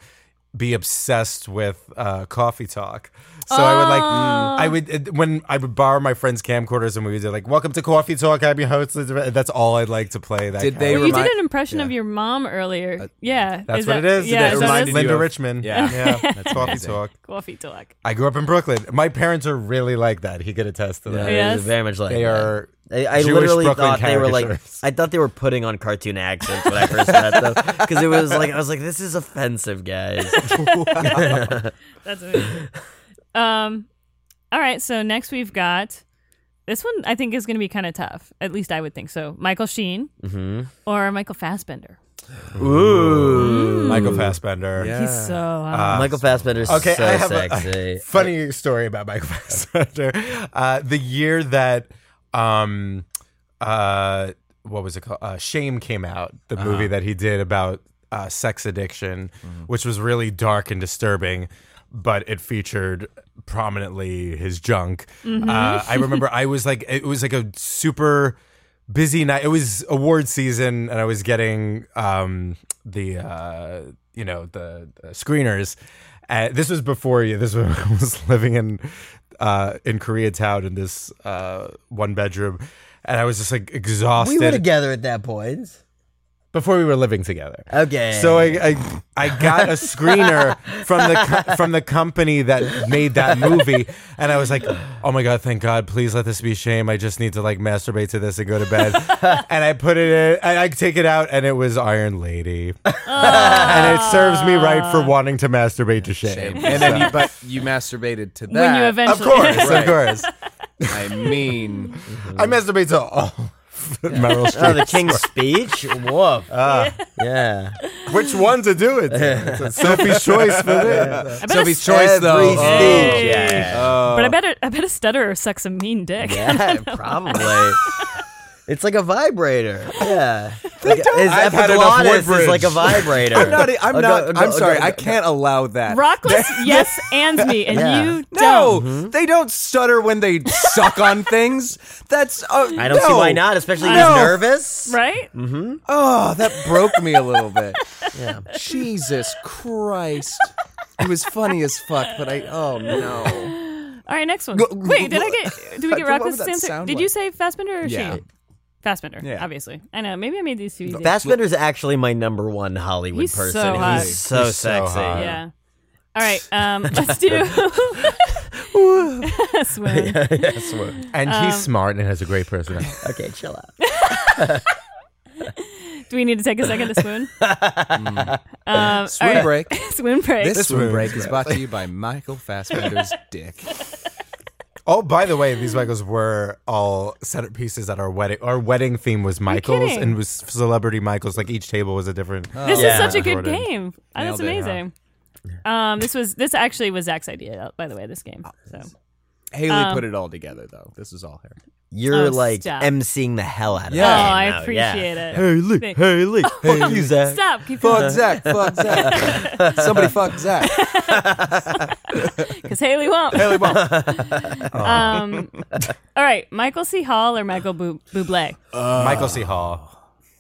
S4: be obsessed with uh, coffee talk. So I would like mm, I would
S2: Oh.
S4: it- when I would borrow my friends' camcorders and we would do like "Welcome to Coffee Talk." I'm your host. That's all I'd like to play. That
S1: Did
S4: kind
S1: they
S4: of-
S2: Well, you did
S1: remind-
S2: an impression of your mom earlier. yeah.
S4: That's
S2: is
S4: what
S2: that-
S4: it is.
S2: Yeah,
S4: it
S2: is that
S1: reminded
S2: it?
S1: you
S4: Linda
S1: of-
S4: Richmond.
S1: Yeah.
S4: yeah.
S1: That's
S4: coffee
S1: amazing.
S4: talk.
S2: coffee talk.
S4: I grew up in Brooklyn. My parents are really like that. He could attest to that.
S2: Yeah. Yes.
S3: very much like
S4: They
S3: that.
S4: are.
S3: I, I
S4: Jewish
S3: literally
S4: Brooklyn
S3: thought they were like
S4: caricatures.
S3: I thought they were putting on cartoon accents when I first met them because it was like I was like this is offensive, guys.
S2: That's amazing. um, all right. So next we've got this one. I think is going to be kind of tough. At least I would think so. Michael Sheen or Michael Fassbender.
S4: Michael Fassbender.
S1: Mm. Yeah.
S2: He's so hot.
S3: Michael Fassbender's
S4: Okay,
S3: so
S4: I have a-
S3: sexy.
S4: a funny story about Michael Fassbender. Uh, the year that, um, uh, what was it called? Uh, Shame came out, the movie that he did about uh, sex addiction, which was really dark and disturbing, but it featured prominently his junk. Uh, I remember I was like, it was like a super busy night. It was award season, and I was getting um, the uh, you know the, the screeners. Uh, this was before you. This was when I was living in uh, in Koreatown in this uh, one bedroom, and I was just like
S3: we were
S4: exhausted.
S3: together at that point.
S4: before we were living together.
S3: Okay.
S4: So I, I I got a screener from the co- from the company that made that movie, and I was like, "Oh my god, thank God! Please let this be shame. I just need to like masturbate to this and go to bed." and I put it in, and I take it out, and it was Iron Lady, and it serves me right for wanting to masturbate to shame.
S1: And then you, but you masturbated to that.
S2: When you
S4: Of
S2: eventually,
S4: course,
S1: Right.
S4: of course,
S1: I mean,
S4: I masturbate to all Meryl
S3: oh,
S4: Streep.
S3: the King's Speech. Woof.
S1: Ah.
S3: yeah.
S4: Which one to do it? To? It's a Sophie's choice for this.
S2: I bet a
S1: Sophie's
S2: stu-
S1: choice though.
S3: Every
S1: Oh. Uh.
S3: stage.
S2: Hey.
S3: Yeah.
S2: But I bet a, I bet a stutterer sucks a mean dick.
S3: Yeah, probably. It's like a vibrator. Yeah. Like, his
S1: I've had enough
S3: epiglottis is
S1: Woodbridge.
S3: like a vibrator.
S1: I'm not. e- I'm
S3: Oh, go-
S1: not.
S3: go-
S1: I'm
S3: go-
S1: sorry.
S3: go-
S1: I can't allow that.
S2: Rockless, yes, ands me, and
S3: Yeah.
S2: you
S1: No,
S2: don't.
S1: they don't stutter when they suck on things. That's. Uh,
S3: I don't see
S1: no.
S3: why not, especially if he's
S1: No.
S3: nervous.
S2: Right?
S1: Oh, that broke me a little bit. Jesus Christ. It was funny as fuck, but I. Oh no.
S2: All right, next one.
S1: Go-
S2: Wait, did I get? Do we get
S1: What
S2: Rockless
S1: would that
S2: answer?
S1: sound
S2: Did you
S1: like?
S2: say Fassbender or
S1: Yeah.
S2: Shane? Fassbender,
S1: Yeah.
S2: obviously. I know. Maybe I made these two easy.
S3: Fassbender's actually my number one Hollywood
S2: He's so
S3: person.
S2: hot.
S3: He's so
S4: He's so
S3: sexy.
S1: uh,
S4: hot.
S2: yeah. All right. Um, let's do. Swoon.
S3: yes, well,
S4: And he's smart and has a great personality.
S3: okay, chill out.
S2: Do we need to take a second to swoon? um,
S1: Swim
S2: all right.
S1: break.
S2: Swoon break.
S1: Mm. This swim
S4: room
S1: break
S4: is
S1: is brought to you by Michael Fassbender's dick.
S4: Oh, by the way, these Michaels were all centerpieces at our wedding. Our wedding theme was Michaels
S2: kidding.
S4: and was celebrity Michaels. Like each table was a different.
S1: Ah.
S2: This
S3: Yeah.
S2: is such a good
S4: Jordan.
S2: game. Oh,
S1: Nailed
S2: that's
S1: it, huh?
S2: amazing. Um, this was this actually was Zach's idea, by the way. This
S1: Oh,
S2: game. So
S1: Haley
S2: Um,
S1: put it all together, though. This is all her.
S3: You're
S2: Oh,
S3: like
S2: stop.
S3: emceeing the hell out of
S1: Yeah.
S2: oh,
S3: that.
S2: I
S3: now, yeah.
S2: appreciate it.
S4: Haley,
S2: Thank-
S4: Haley,
S3: Fuck you, Zach.
S2: Stop. Keep
S1: Fuck
S2: going.
S1: Zach. Fuck Zach. Somebody fuck Zach.
S2: Because Haley won't. Haley won't. um, all right, Michael C. Hall or Michael Bu- Bublé.
S4: Michael C. Hall.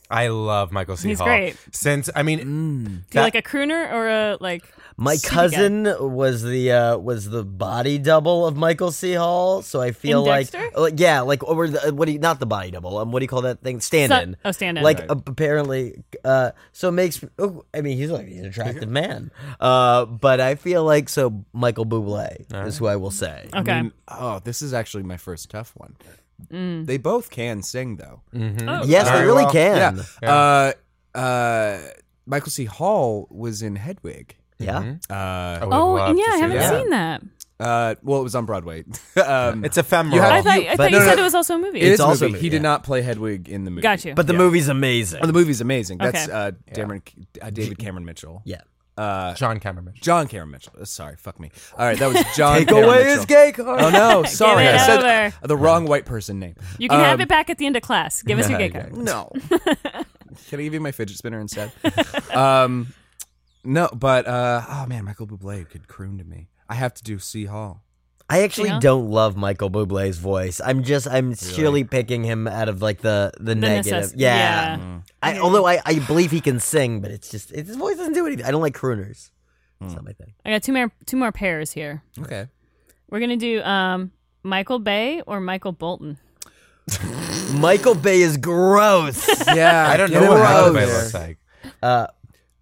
S4: I love Michael C.
S2: He's
S4: Hall.
S2: great.
S4: Since I
S1: Mm.
S4: mean,
S2: Do you like a crooner or a like?
S3: My
S2: shitty guy?
S3: cousin was the uh, was the body double of Michael C. Hall, so I feel
S2: In
S3: like,
S2: Dexter?
S3: like yeah, like or the, uh, what do you not the body double? Um, what do you call that thing? Stand in.
S2: Sta- oh, stand-in.
S3: Like
S2: Right.
S3: uh, apparently, uh, so it makes. Oh, I mean, he's like he's an attractive man, uh, but I feel like so Michael Bublé is who I will say.
S2: Okay.
S1: And- oh, this is actually my first tough one.
S2: Mm.
S1: They both can sing, though.
S2: Oh,
S3: Yes, they
S4: Very
S3: really
S4: well.
S3: can. Yeah.
S1: Yeah. Uh, uh, Michael C. Hall was in Hedwig.
S3: Mm-hmm.
S1: Uh,
S2: Oh,
S4: love
S2: and yeah,
S4: to
S2: I
S4: see
S2: haven't
S4: that.
S2: seen that.
S1: uh, well, it was on Broadway. um,
S4: It's ephemeral.
S1: You have-
S2: I thought, I
S3: but-
S2: thought you
S3: no,
S2: said
S1: no.
S2: it was also a movie.
S1: it is a movie.
S3: also a movie,
S1: He did
S3: yeah.
S1: not play Hedwig in the movie.
S2: Got you.
S3: But the movie's amazing.
S1: Oh, the movie's amazing. That's
S2: Okay.
S1: uh, Dameron, uh, David Cameron Mitchell.
S3: yeah.
S4: John Cameron.
S1: John Cameron Mitchell. Uh, Sorry, fuck me. All right, that was John.
S3: Take
S1: Cameron
S3: away
S1: Mitchell.
S3: his gay card.
S1: Oh no, sorry,
S2: it
S1: I said
S2: over.
S1: the wrong white person name.
S2: you can have
S1: Um,
S2: it back at the end of class. Give us your gay card.
S1: No. Can I give you my fidget spinner instead? um, no, but uh, oh man, Michael Bublé could croon to me. I have to do C Hall.
S3: I actually
S2: You know?
S3: don't love Michael Bublé's voice. I'm just I'm sheerly picking him out of like the the, negative.
S2: necess-
S3: yeah.
S2: yeah.
S3: I, although I, I believe he can sing, but it's just it, his voice doesn't do anything. I don't like crooners. It's not my thing.
S2: I got two more two more pairs here.
S1: Okay.
S2: We're gonna do um, Michael Bay or Michael Bolton.
S3: Michael Bay is gross.
S1: Yeah,
S4: I don't
S1: get
S4: know what
S1: him out
S4: Michael
S1: of
S4: Bay
S1: there.
S4: looks like.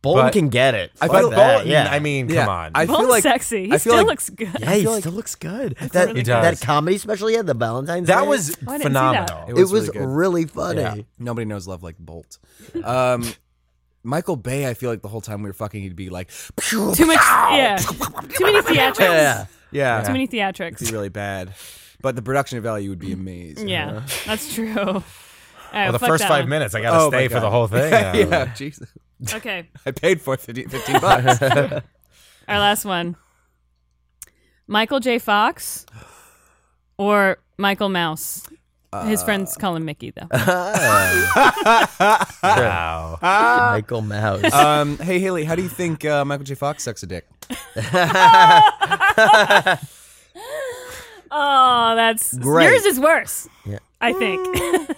S3: Bolton
S4: But-
S3: can get it.
S1: I
S3: Fuck
S1: feel
S3: that,
S4: Bolton,
S3: Yeah.
S4: I mean,
S1: Yeah,
S4: come on.
S1: I feel
S2: Bolton's
S1: like
S2: sexy. He
S1: I feel
S2: still
S1: like-
S2: looks good.
S3: yeah, he still looks good. That
S4: really good.
S3: that
S4: does.
S3: comedy special he had, the Valentine's
S4: that
S3: Day,
S4: was
S2: I didn't see
S4: phenomenal.
S2: that.
S1: It
S3: it was,
S1: was really
S3: really,
S1: good.
S3: funny.
S1: Yeah. Nobody knows love like Bolt. Um, Michael Bay, I feel like the whole time we were fucking, he'd be like, too
S2: Too much. Yeah. Too many theatrics.
S3: Yeah.
S1: Yeah,
S2: Too many
S1: it'd
S2: theatrics.
S1: be really bad. But the production value would be amazing.
S2: Yeah, that's true. All right,
S4: Uh-huh. Well, the
S2: fuck
S4: first
S2: that
S4: five
S2: one.
S4: minutes, I gotta
S1: Oh, my
S4: stay for
S1: God.
S4: the whole thing.
S1: yeah, Jesus.
S2: Okay,
S1: I paid for 50 15 bucks.
S2: our last one. Michael J. Fox or Michael Mouse. His friends
S4: Uh,
S2: call him Mickey, though.
S4: Wow.
S3: Michael Mouse.
S1: um, hey, Haley, how do you think uh, Michael J. Fox sucks a dick?
S2: oh, that's
S3: Great.
S2: yours is worse. I think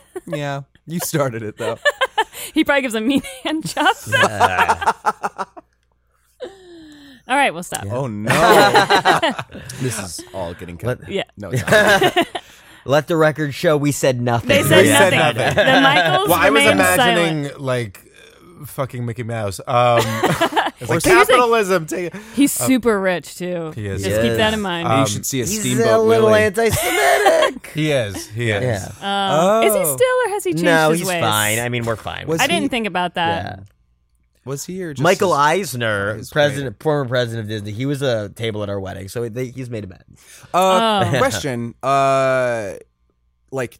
S1: Yeah, you started it though.
S2: he probably gives a mean hand job. All right, we'll stop.
S1: Oh no, this is all getting cut.
S2: Yeah.
S1: No, it's not.
S3: Let the record show we said nothing.
S2: They said,
S4: We said
S2: nothing.
S4: nothing.
S2: The Michaels
S4: Well, I was
S2: remained silent.
S4: imagining like fucking Mickey Mouse. Um, it's like
S2: But here's, like-
S4: capitalism. take it.
S2: He's super rich too.
S4: He is. Uh,
S2: Just
S3: Yes.
S2: keep that in mind.
S1: you should see a
S3: He's
S1: steamboat.
S3: a little
S1: Willie.
S3: anti-Semitic.
S4: He is. He is.
S3: yeah.
S2: Um, Is he still or has he changed
S3: No,
S2: his
S3: he's
S2: ways?
S3: fine. I mean, we're fine.
S1: Was
S2: I
S1: he-
S2: didn't think about that.
S1: was he or just
S3: Michael
S1: his-
S3: Eisner,
S1: his
S3: president, former president of Disney, he was a table at our wedding, so they, he's made a bet.
S1: Uh,
S2: Oh.
S1: Question: uh, Like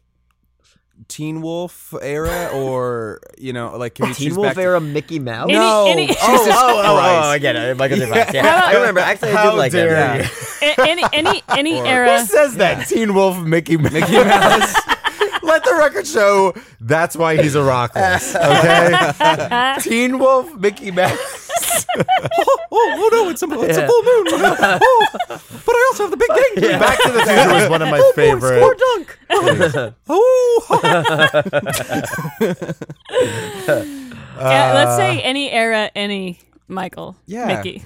S1: Teen Wolf era, or you know, like can we
S3: Teen
S1: choose
S3: Wolf
S1: back to-
S3: era Mickey Mouse.
S2: Any-
S1: no.
S2: any-
S1: Jesus
S3: oh, oh, oh,
S1: Christ.
S3: oh, I get it. Michael J. Fox. Yeah.
S4: How about-
S3: I remember. Actually, I
S4: How
S3: did like
S4: dare
S3: that.
S4: you.
S3: Yeah.
S2: A- any any any
S4: Who
S2: era.
S4: says that? Teen Wolf, Mickey Mouse.
S1: Mickey Mouse.
S4: Let the record show that's why he's a
S3: Uh,
S4: rockless. Okay? Teen Wolf, Mickey Mouse.
S1: oh, oh no, it's a, it's a full moon. Oh, but I also have the big ding.
S4: Back to the Future was one of my
S3: Oh,
S4: favorite.
S1: Score dunk. Oh, ha.
S2: yeah, let's say any era, any Michael,
S1: Yeah.
S2: Mickey.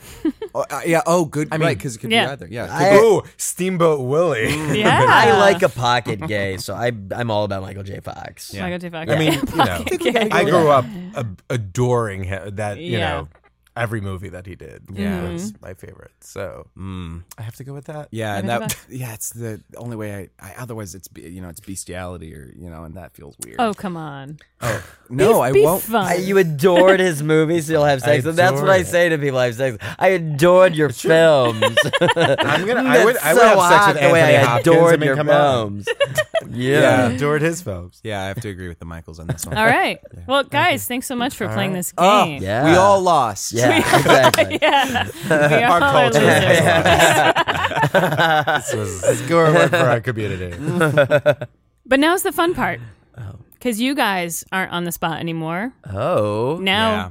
S1: Oh, uh, yeah. Oh, good. I mean, because it could
S2: yeah.
S1: be either. Yeah. it could
S3: I-
S4: Ooh, Steamboat Willie.
S2: Yeah,
S3: I like a pocket gay, so I, I'm all about Michael J. Fox.
S2: Michael J. Fox.
S4: I mean, you know,
S2: Okay.
S4: I grew up ab- adoring him. That, you
S2: Yeah.
S4: know, every movie that he did yeah. was my favorite. So I have to go with that.
S1: Mm. Yeah, and
S2: Never
S1: that yeah, it's the only way. I, I otherwise it's be- you know it's bestiality or you know, and that feels weird.
S2: Oh come on!
S1: no, Oh, I
S2: Be
S1: won't.
S2: fun.
S3: I, you adored his movies, so you'll have sex. And that's what I
S4: adored it.
S3: say to people I have sex. I adored your films.
S4: I'm gonna,
S3: That's
S4: I would, I would
S3: so
S4: have sex
S3: hot
S4: with
S3: the way
S4: Anthony
S3: I
S4: Hopkins.
S3: adored
S4: I mean,
S3: your
S4: come on.
S3: films.
S4: Yeah,
S3: yeah.
S4: adored his films.
S1: Yeah, I have to agree with the Michaels on this one.
S2: All right. Well, guys, thanks so much for playing this
S1: Oh,
S2: game.
S3: Yeah.
S1: We all lost.
S3: Yeah, exactly.
S2: yeah. We all
S4: Our
S2: are
S4: culture.
S2: losers.
S4: this was a score one for our community.
S2: But now's the fun part. Because you guys aren't on the spot anymore.
S3: Oh.
S2: Now
S1: Yeah.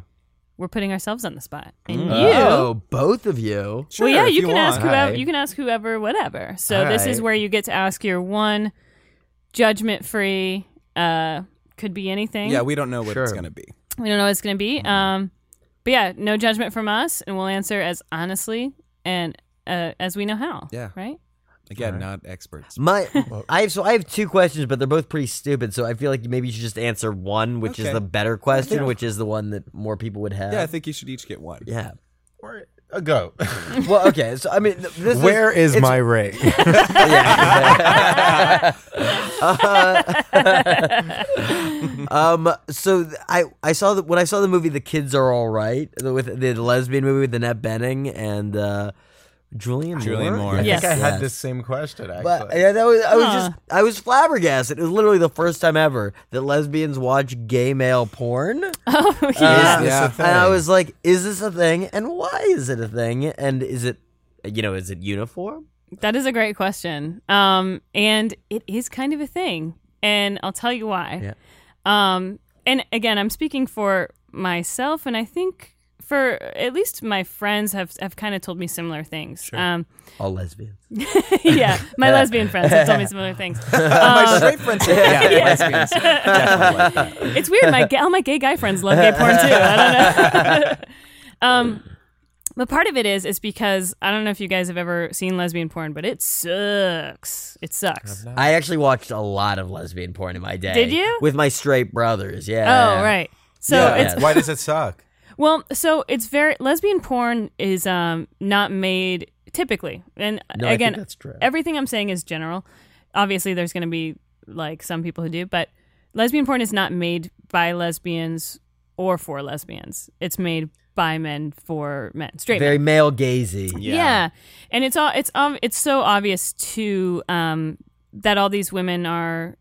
S2: we're putting ourselves on the spot. And you.
S3: Oh, both of you.
S2: well, yeah,
S4: if
S2: you
S4: you
S2: can ask
S4: want.
S2: whoever
S3: Hi.
S2: you can ask whoever, whatever. So
S3: All
S2: this is
S3: right.
S2: where you get to ask your one judgment-free. Uh, could be anything.
S1: Yeah, we don't know what it's
S3: Sure.
S1: gonna be.
S2: we don't know what it's going to be. Um, but yeah, no judgment from us, and we'll answer as honestly and uh, as we know how.
S1: Yeah.
S2: Right.
S1: Again, not experts.
S3: My, I have so I have two questions, but they're both pretty stupid. So I feel like maybe you should just answer one, which is
S1: Okay.
S3: the better question, which is the one that more people would have.
S1: Yeah, I think you should each get one.
S3: uh, Yeah.
S4: Or a go.
S3: Well, okay. So I mean, th- this
S4: Where is
S3: it's-
S4: my ring?
S3: Um, so th- I I saw that when I saw the movie The Kids Are All Right the- with the lesbian movie with Annette Benning and uh, Julian
S1: Julian Moore.
S3: I
S2: Yes.
S3: think I had this.
S4: same question actually.
S3: But yeah, that was I was
S2: Huh.
S3: just I was flabbergasted. It was literally the first time ever that lesbians watch gay male porn.
S2: Oh
S3: Uh,
S2: yeah.
S1: this a
S3: And I was like, is this a thing? And why is it a thing? And is it you know, is it uniform?
S2: That is a great question. Um, and it is kind of a thing, and I'll tell you why. Um, and again, I'm speaking for myself, and I think for at least my friends have have kind of told me similar things. Um,
S3: All lesbians.
S2: yeah, my lesbian friends have told me similar things. Uh,
S1: My straight friends. say- Yeah, lesbians. Definitely like that.
S2: It's weird. My ga- all my gay guy friends love gay porn too. I don't know. um, but part of it is is because I don't know if you guys have ever seen lesbian porn, but it sucks. It sucks.
S3: I actually watched a lot of lesbian porn in my day.
S2: Did you?
S3: With my straight brothers, yeah.
S2: Oh right. So
S3: Yeah.
S2: it's
S4: Why does it suck?
S2: well, so it's very lesbian porn is um not made typically, and
S3: No, I think
S2: again,
S3: that's true.
S2: everything I'm saying is general. Obviously, there's going to be like some people who do, but lesbian porn is not made by lesbians or for lesbians. It's made by men for men, straight men.
S3: Very male gazy.
S2: Yeah. and it's all it's um it's so obvious to um that all these women are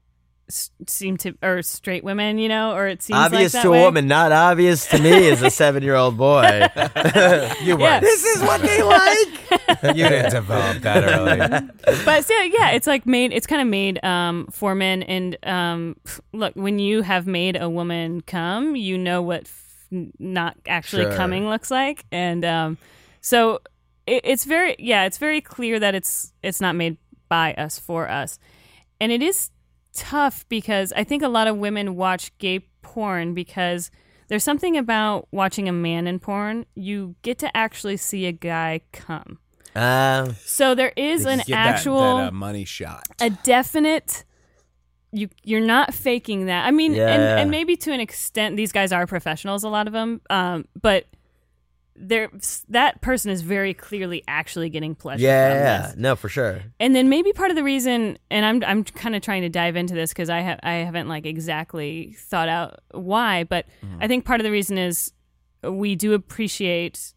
S2: s- seem to or straight women, you know, or it seems
S3: obvious
S2: like that
S3: to a
S2: way.
S3: woman, not obvious to me as a seven year old boy.
S4: You
S2: Yeah.
S4: were.
S3: this is what they like.
S4: You didn't develop that early.
S2: but so, yeah, it's like made. It's kind of made um, for men. And um, look, when you have made a woman come, you know what f- not actually
S3: Sure.
S2: coming looks like. And um, so it, it's very yeah, it's very clear that it's it's not made by us for us. And it is tough because I think a lot of women watch gay porn because there's something about watching a man in porn. You get to actually see a guy come.
S3: Uh,
S2: So there is an
S1: Get that- um,
S2: actual
S1: that, uh, money shot.
S2: a definite you you're not faking that. I mean,
S3: Yeah,
S2: and,
S3: yeah.
S2: and maybe to an extent, these guys are professionals. A lot of them, um, but there that person is very clearly actually getting pleasure.
S3: yeah,
S2: from
S3: yeah.
S2: this.
S3: no, for sure.
S2: and then maybe part of the reason, and I'm I'm kind of trying to dive into this because I have I haven't like exactly thought out why, but
S3: Mm-hmm.
S2: I think part of the reason is we do appreciate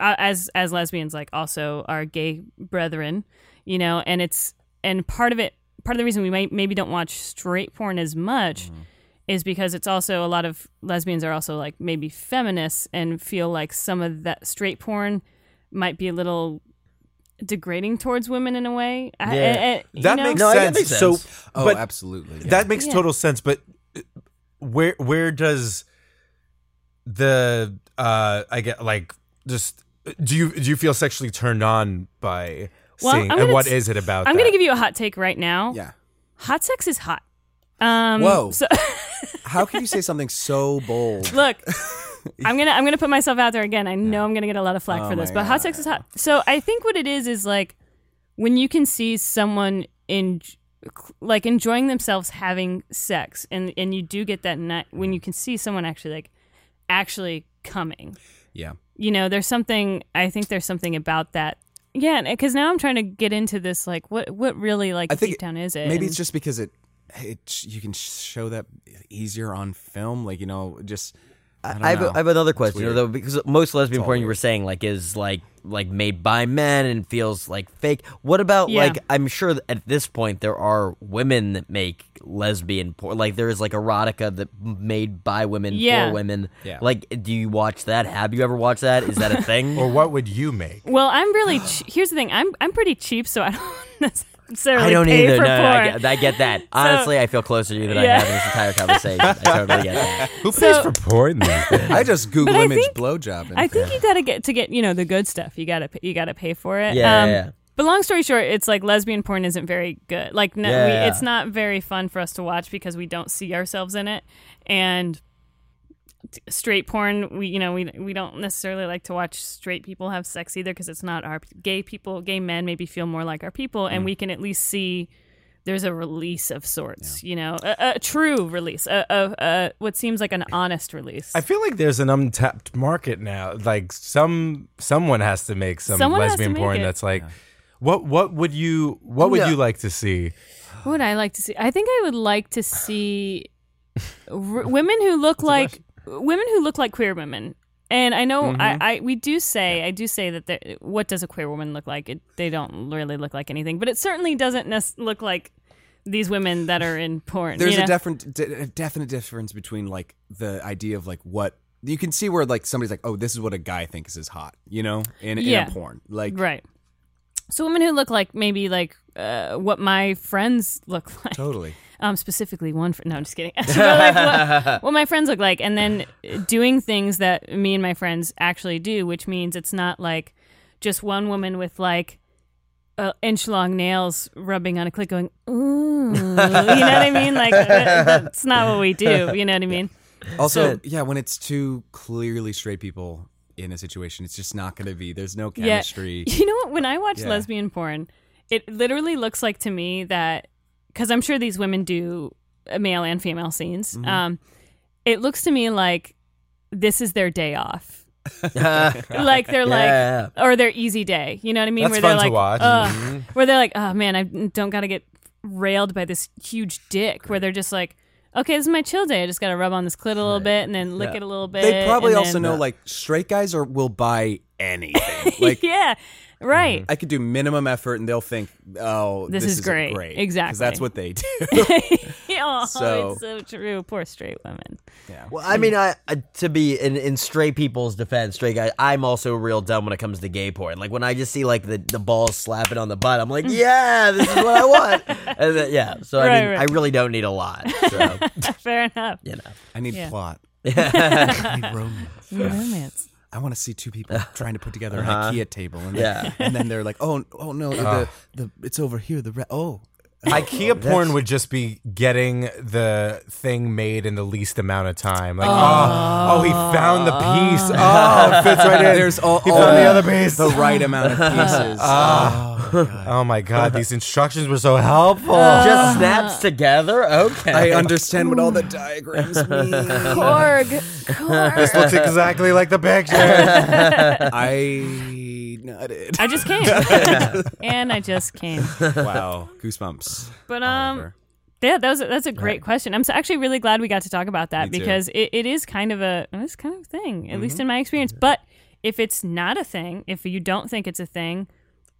S2: uh, as as lesbians like also our gay brethren you know and it's and part of it part of the reason we may, maybe don't watch straight porn as much
S4: Mm-hmm.
S2: is because it's also a lot of lesbians are also like maybe feminists and feel like some of that straight porn might be a little degrading towards women in a way I- I-
S3: Yeah.
S2: I- you
S4: That
S2: know?
S4: makes,
S3: No, I- that
S4: sense.
S3: makes
S4: So,
S3: sense.
S1: Oh,
S4: but
S1: absolutely. yeah.
S4: that makes
S2: Yeah.
S4: total sense. But uh, where where does the uh I get like just do you do you feel sexually turned on by
S2: Well,
S4: seeing
S2: I'm
S4: and
S2: gonna
S4: what
S2: s-
S4: is it about?
S2: i'm gonna
S4: that?
S2: give you a hot take right now
S1: yeah.
S2: hot sex is hot um
S1: Whoa.
S2: so
S1: How can you say something so bold?
S2: Look, I'm gonna I'm gonna put myself out there again. I know I'm gonna get a lot of flack
S1: Oh
S2: for this,
S1: my
S2: but hot sex is hot. So I think what it is is like when you can see someone in like enjoying themselves having sex, and and you do get that nut when you can see someone actually like actually coming.
S1: Yeah.
S2: You know, there's something I think there's something about that. Yeah, because now I'm trying to get into this like what what really like
S1: I think
S2: deep down is it?
S1: Maybe
S2: And-
S1: it's just because it, it you can show that easier on film. Like you know, just I, don't
S3: I have,
S1: know.
S3: I have another question
S1: weird.
S3: though, because most lesbian porn you were saying like is like like made by men and feels like fake. What about
S2: Yeah.
S3: like I'm sure that at this point there are women that make lesbian porn. Like there is like erotica that made by women
S2: Yeah.
S3: for women.
S1: Yeah.
S3: Like do you watch that? Have you ever watched that? Is that a thing?
S1: Oh,
S4: or what would you make?
S2: Well, I'm really. Che- here's the thing. I'm I'm pretty cheap, so I don't necessarily
S3: I don't
S2: pay
S3: either.
S2: for
S3: No, no, I
S2: porn.
S3: get, I get that. Honestly, I feel closer to you than I
S2: Yeah.
S3: have in this entire conversation. I totally get that.
S4: Who
S2: So-
S4: pays for porn these days?
S1: I just Google
S2: But I
S1: image
S2: think-
S1: blowjob. And,
S2: I think you gotta get to get you know the good stuff. You gotta you gotta pay for it. Um,
S3: Yeah, yeah, yeah.
S2: But long story short, it's like lesbian porn isn't very good. Like no,
S3: Yeah,
S2: we,
S3: yeah.
S2: it's not very fun for us to watch because we don't see ourselves in it, and t- straight porn we you know we we don't necessarily like to watch straight people have sex either because it's not our gay people gay men maybe feel more like our people
S3: Mm.
S2: and we can at least see there's a release of sorts you know a, a true release a, a, a what seems like an honest release
S4: I feel like there's an untapped market now. Like some someone has to make some
S2: Someone has to
S4: lesbian
S2: make
S4: porn
S2: it.
S4: that's like what what would you what would
S3: Yeah.
S4: you like to see?
S2: What would I like to see? I think I would like to see r- women who look like women who look like queer women. And I know
S1: Mm-hmm.
S2: I, I we do say I do say that there- what does a queer woman look like? It, they don't really look like anything, but it certainly doesn't nes- look like these women that are in porn.
S1: There's
S2: you know?
S1: a different, de- a definite difference between like the idea of like what you can see where like somebody's like, oh, this is what a guy thinks is hot, you know, in,
S2: Yeah.
S1: in a porn. Like,
S2: right. So women who look like maybe like uh, what my friends look like.
S1: totally.
S2: um, specifically one. Fr- no, I'm just kidding. But, like, what, what my friends look like, and then doing things that me and my friends actually do, which means it's not like just one woman with like uh, inch long nails rubbing on a clit, going ooh, you know what I mean? Like that- that's not what we do. You know what I mean?
S1: Also, yeah, when it's two clearly straight people in a situation, it's just not going to be. There's no chemistry.
S2: You know what? When I watch
S1: Yeah.
S2: lesbian porn, it literally looks like to me that because I'm sure these women do uh, male and female scenes.
S1: Mm-hmm.
S2: Um, it looks to me like this is their day off. like they're
S3: Yeah.
S2: like, or their easy day. You know what I mean?
S4: That's
S2: where they're
S4: fun to
S2: like,
S4: watch.
S2: "Ugh,"
S1: Mm-hmm.
S2: where they're like, oh man, I don't got to get railed by this huge dick. Where they're just like, okay, this is my chill day. I just got to rub on this clit a little bit and then lick it a little bit.
S1: They probably
S2: and
S1: also
S2: then-
S1: know like straight guys are will buy anything. Like, Mm-hmm.
S2: yeah, right.
S1: I could do minimum effort and they'll think, oh,
S2: This
S1: this,
S2: is great.
S1: great.
S2: Exactly.
S1: Because that's what they do.
S2: oh,
S1: So-
S2: it's so true. Poor straight women.
S3: Well, I mean, I uh, to be in in straight people's defense, straight guy, I'm also real dumb when it comes to gay porn. Like when I just see like the the balls slapping on the butt, I'm
S4: Mm.
S3: like, yeah, this is what I want. and then, yeah, so I
S2: Right,
S3: mean,
S2: right.
S3: I really don't need a lot. So
S2: Fair enough.
S3: you know,
S1: I need
S2: Yeah.
S1: plot. I need romance.
S2: Romance.
S1: I want to see two people trying to put together an IKEA table, and
S3: Yeah.
S1: then, and then they're like, "Oh, oh no, the, the it's over here." The re- oh,
S4: IKEA porn would just be getting the thing made in the least amount of time. Like, oh, oh, he found the
S2: Ah.
S4: piece. Oh, it fits right in.
S1: there's all,
S4: he
S1: all
S4: found the other piece.
S1: the right amount of pieces.
S4: Oh my god, these instructions were so helpful.
S2: Ah.
S3: Just snaps together. Okay.
S1: I understand what all the diagrams mean.
S2: Korg.
S4: this looks exactly like the picture.
S1: I nodded.
S2: I just came, and I just came.
S1: Wow, goosebumps.
S2: But um,
S1: Oliver.
S2: yeah, that was that's a great question. I'm so actually really glad we got to talk about that
S1: Me too. Mm-hmm.
S2: because it, it is kind of a it's kind of a thing, at least in my experience. But if it's not a thing, if you don't think it's a thing,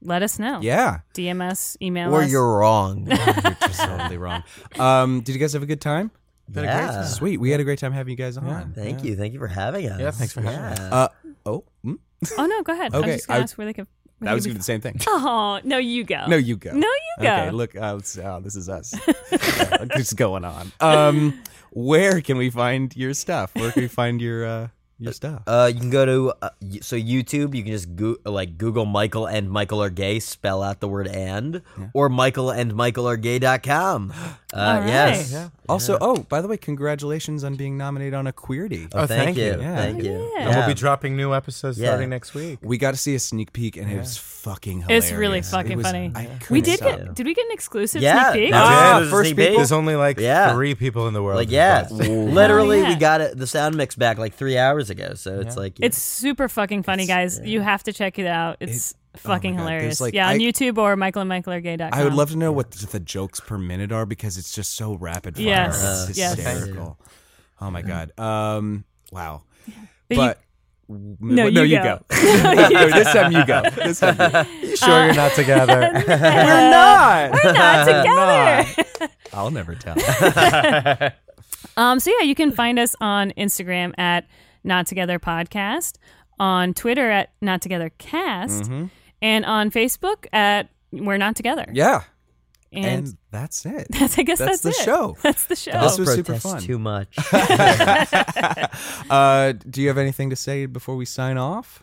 S2: let us know.
S1: Yeah,
S2: DMS, email
S3: or
S2: us.
S3: you're wrong.
S1: you're just totally wrong. Um, did you guys have a good time?
S3: Uh, yeah.
S1: Sweet, we had a great time having you guys on.
S3: Thank you. Thank you for having us. Yeah,
S4: thanks for having us.
S1: Uh, oh, hmm?
S2: oh no, go ahead. I was
S1: Okay,
S2: just gonna
S1: I-
S2: ask where they could.
S1: that was gonna be the same thing.
S2: Oh no, you go.
S1: No, you go.
S2: No, you go.
S1: Okay, look, uh, let's, oh, this is us. yeah, what's going on? Um, where can we find your stuff? Where can we find your uh, your stuff?
S3: Uh, you can go to uh, y- so YouTube. You can just go, like Google Michael and Michael are gay. Spell out the word and or Michael and Michael are gay.com. Uh,
S2: All
S3: Yes.
S2: right.
S1: Also, oh, by the way, congratulations on being nominated on a Queerty.
S3: Oh, thank,
S4: thank
S3: you.
S4: you.
S1: Yeah.
S3: Thank you.
S2: Yeah.
S4: And we'll be dropping new episodes
S3: Yeah.
S4: starting next week.
S1: We got to see a sneak peek, and it was fucking hilarious.
S2: It's really fucking
S1: It was-
S2: funny.
S1: I
S2: we
S1: couldn't
S2: did
S1: stop.
S2: get. Did we get an exclusive
S3: Yeah,
S2: sneak peek?
S3: that's
S1: Ah,
S4: Yeah,
S3: there's a
S1: first
S3: sneak peek.
S1: people.
S4: There's only like
S3: Yeah.
S4: three people in the world.
S3: Like
S4: who
S3: yeah,
S4: does.
S3: literally
S2: Oh, yeah.
S3: we got it, the sound mix back like three hours ago. So it's like
S2: It's super fucking funny, guys. You have to check it out. It's fucking
S1: oh God, there's,
S2: hilarious.
S1: like,
S2: yeah, on
S1: I-
S2: YouTube or Michael and Michael are gay.com.
S1: I would love to know what the, the jokes per minute are because it's just so rapid fire.
S2: Yes,
S1: It's
S2: yes.
S1: hysterical. Oh my god. Um. Wow.
S2: But you-
S1: But,
S2: No, you go.
S1: no, this time you go. This time you go.
S4: You sure you're not together?
S1: We're not.
S2: We're not together.
S1: I'll never tell.
S2: um, so yeah, you can find us on Instagram at Not Together Podcast, on Twitter at Not Together Cast, and on Facebook at We're Not Together.
S1: Mm-hmm. yeah.
S2: And,
S1: And that's it.
S2: that's, I guess
S1: that's
S2: that's,
S1: the
S2: it.
S1: show.
S2: That's the show.
S1: This
S3: this
S1: was
S3: was
S1: super
S3: protest
S1: fun.
S3: too much.
S4: Oh,
S1: Uh, do you have anything to say before we sign off?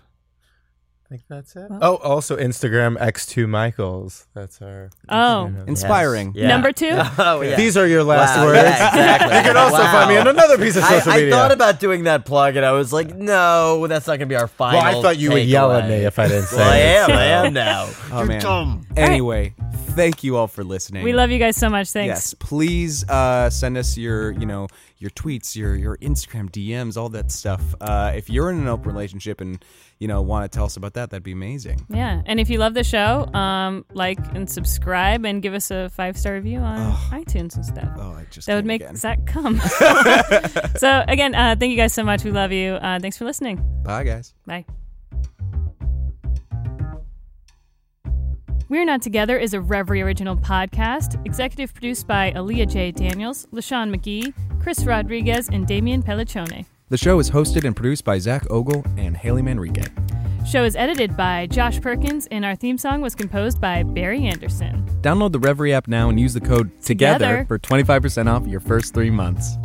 S4: I think that's it. Oh, also Instagram X2 Michaels. That's our.
S2: oh,
S1: Inspiring.
S3: Yes. Yeah.
S2: number two.
S3: oh yeah.
S4: These are your last
S3: Wow,
S4: words.
S3: yeah, exactly.
S4: You can also
S3: Wow.
S4: find me on another piece of
S3: I,
S4: social
S3: I
S4: media.
S3: thought about doing that plug, and I was like, no, that's not gonna be our final.
S4: well, I thought you would yell at me if I didn't say
S3: Well, I
S4: it.
S3: am. I am now.
S1: Oh, man. Anyway, thank you all for listening.
S2: We love you guys so much. Thanks.
S1: Yes, please uh, send us your, you know, your tweets, your your Instagram DMs, all that stuff. Uh, if you're in an open relationship and you know want to tell us about that, that'd be amazing.
S2: Yeah, and if you love the show, um, like and subscribe and give us a five star review on iTunes and stuff.
S1: Oh, I just
S2: that would
S1: came
S2: make
S1: again.
S2: Zach come. so again, uh, thank you guys so much. We love you. Uh, thanks for listening.
S1: Bye, guys.
S2: Bye. We're Not Together is a Reverie Original podcast, executive produced by Aaliyah J. Daniels, LaShawn McGee, Chris Rodriguez, and Damian Pelliccione.
S1: The show is hosted and produced by Zach Ogle and Haley Manrique.
S2: Show is edited by Josh Perkins, and our theme song was composed by Barry Anderson.
S1: Download the Reverie app now and use the code TOGETHER
S2: Together.
S1: for 25% off your first three months.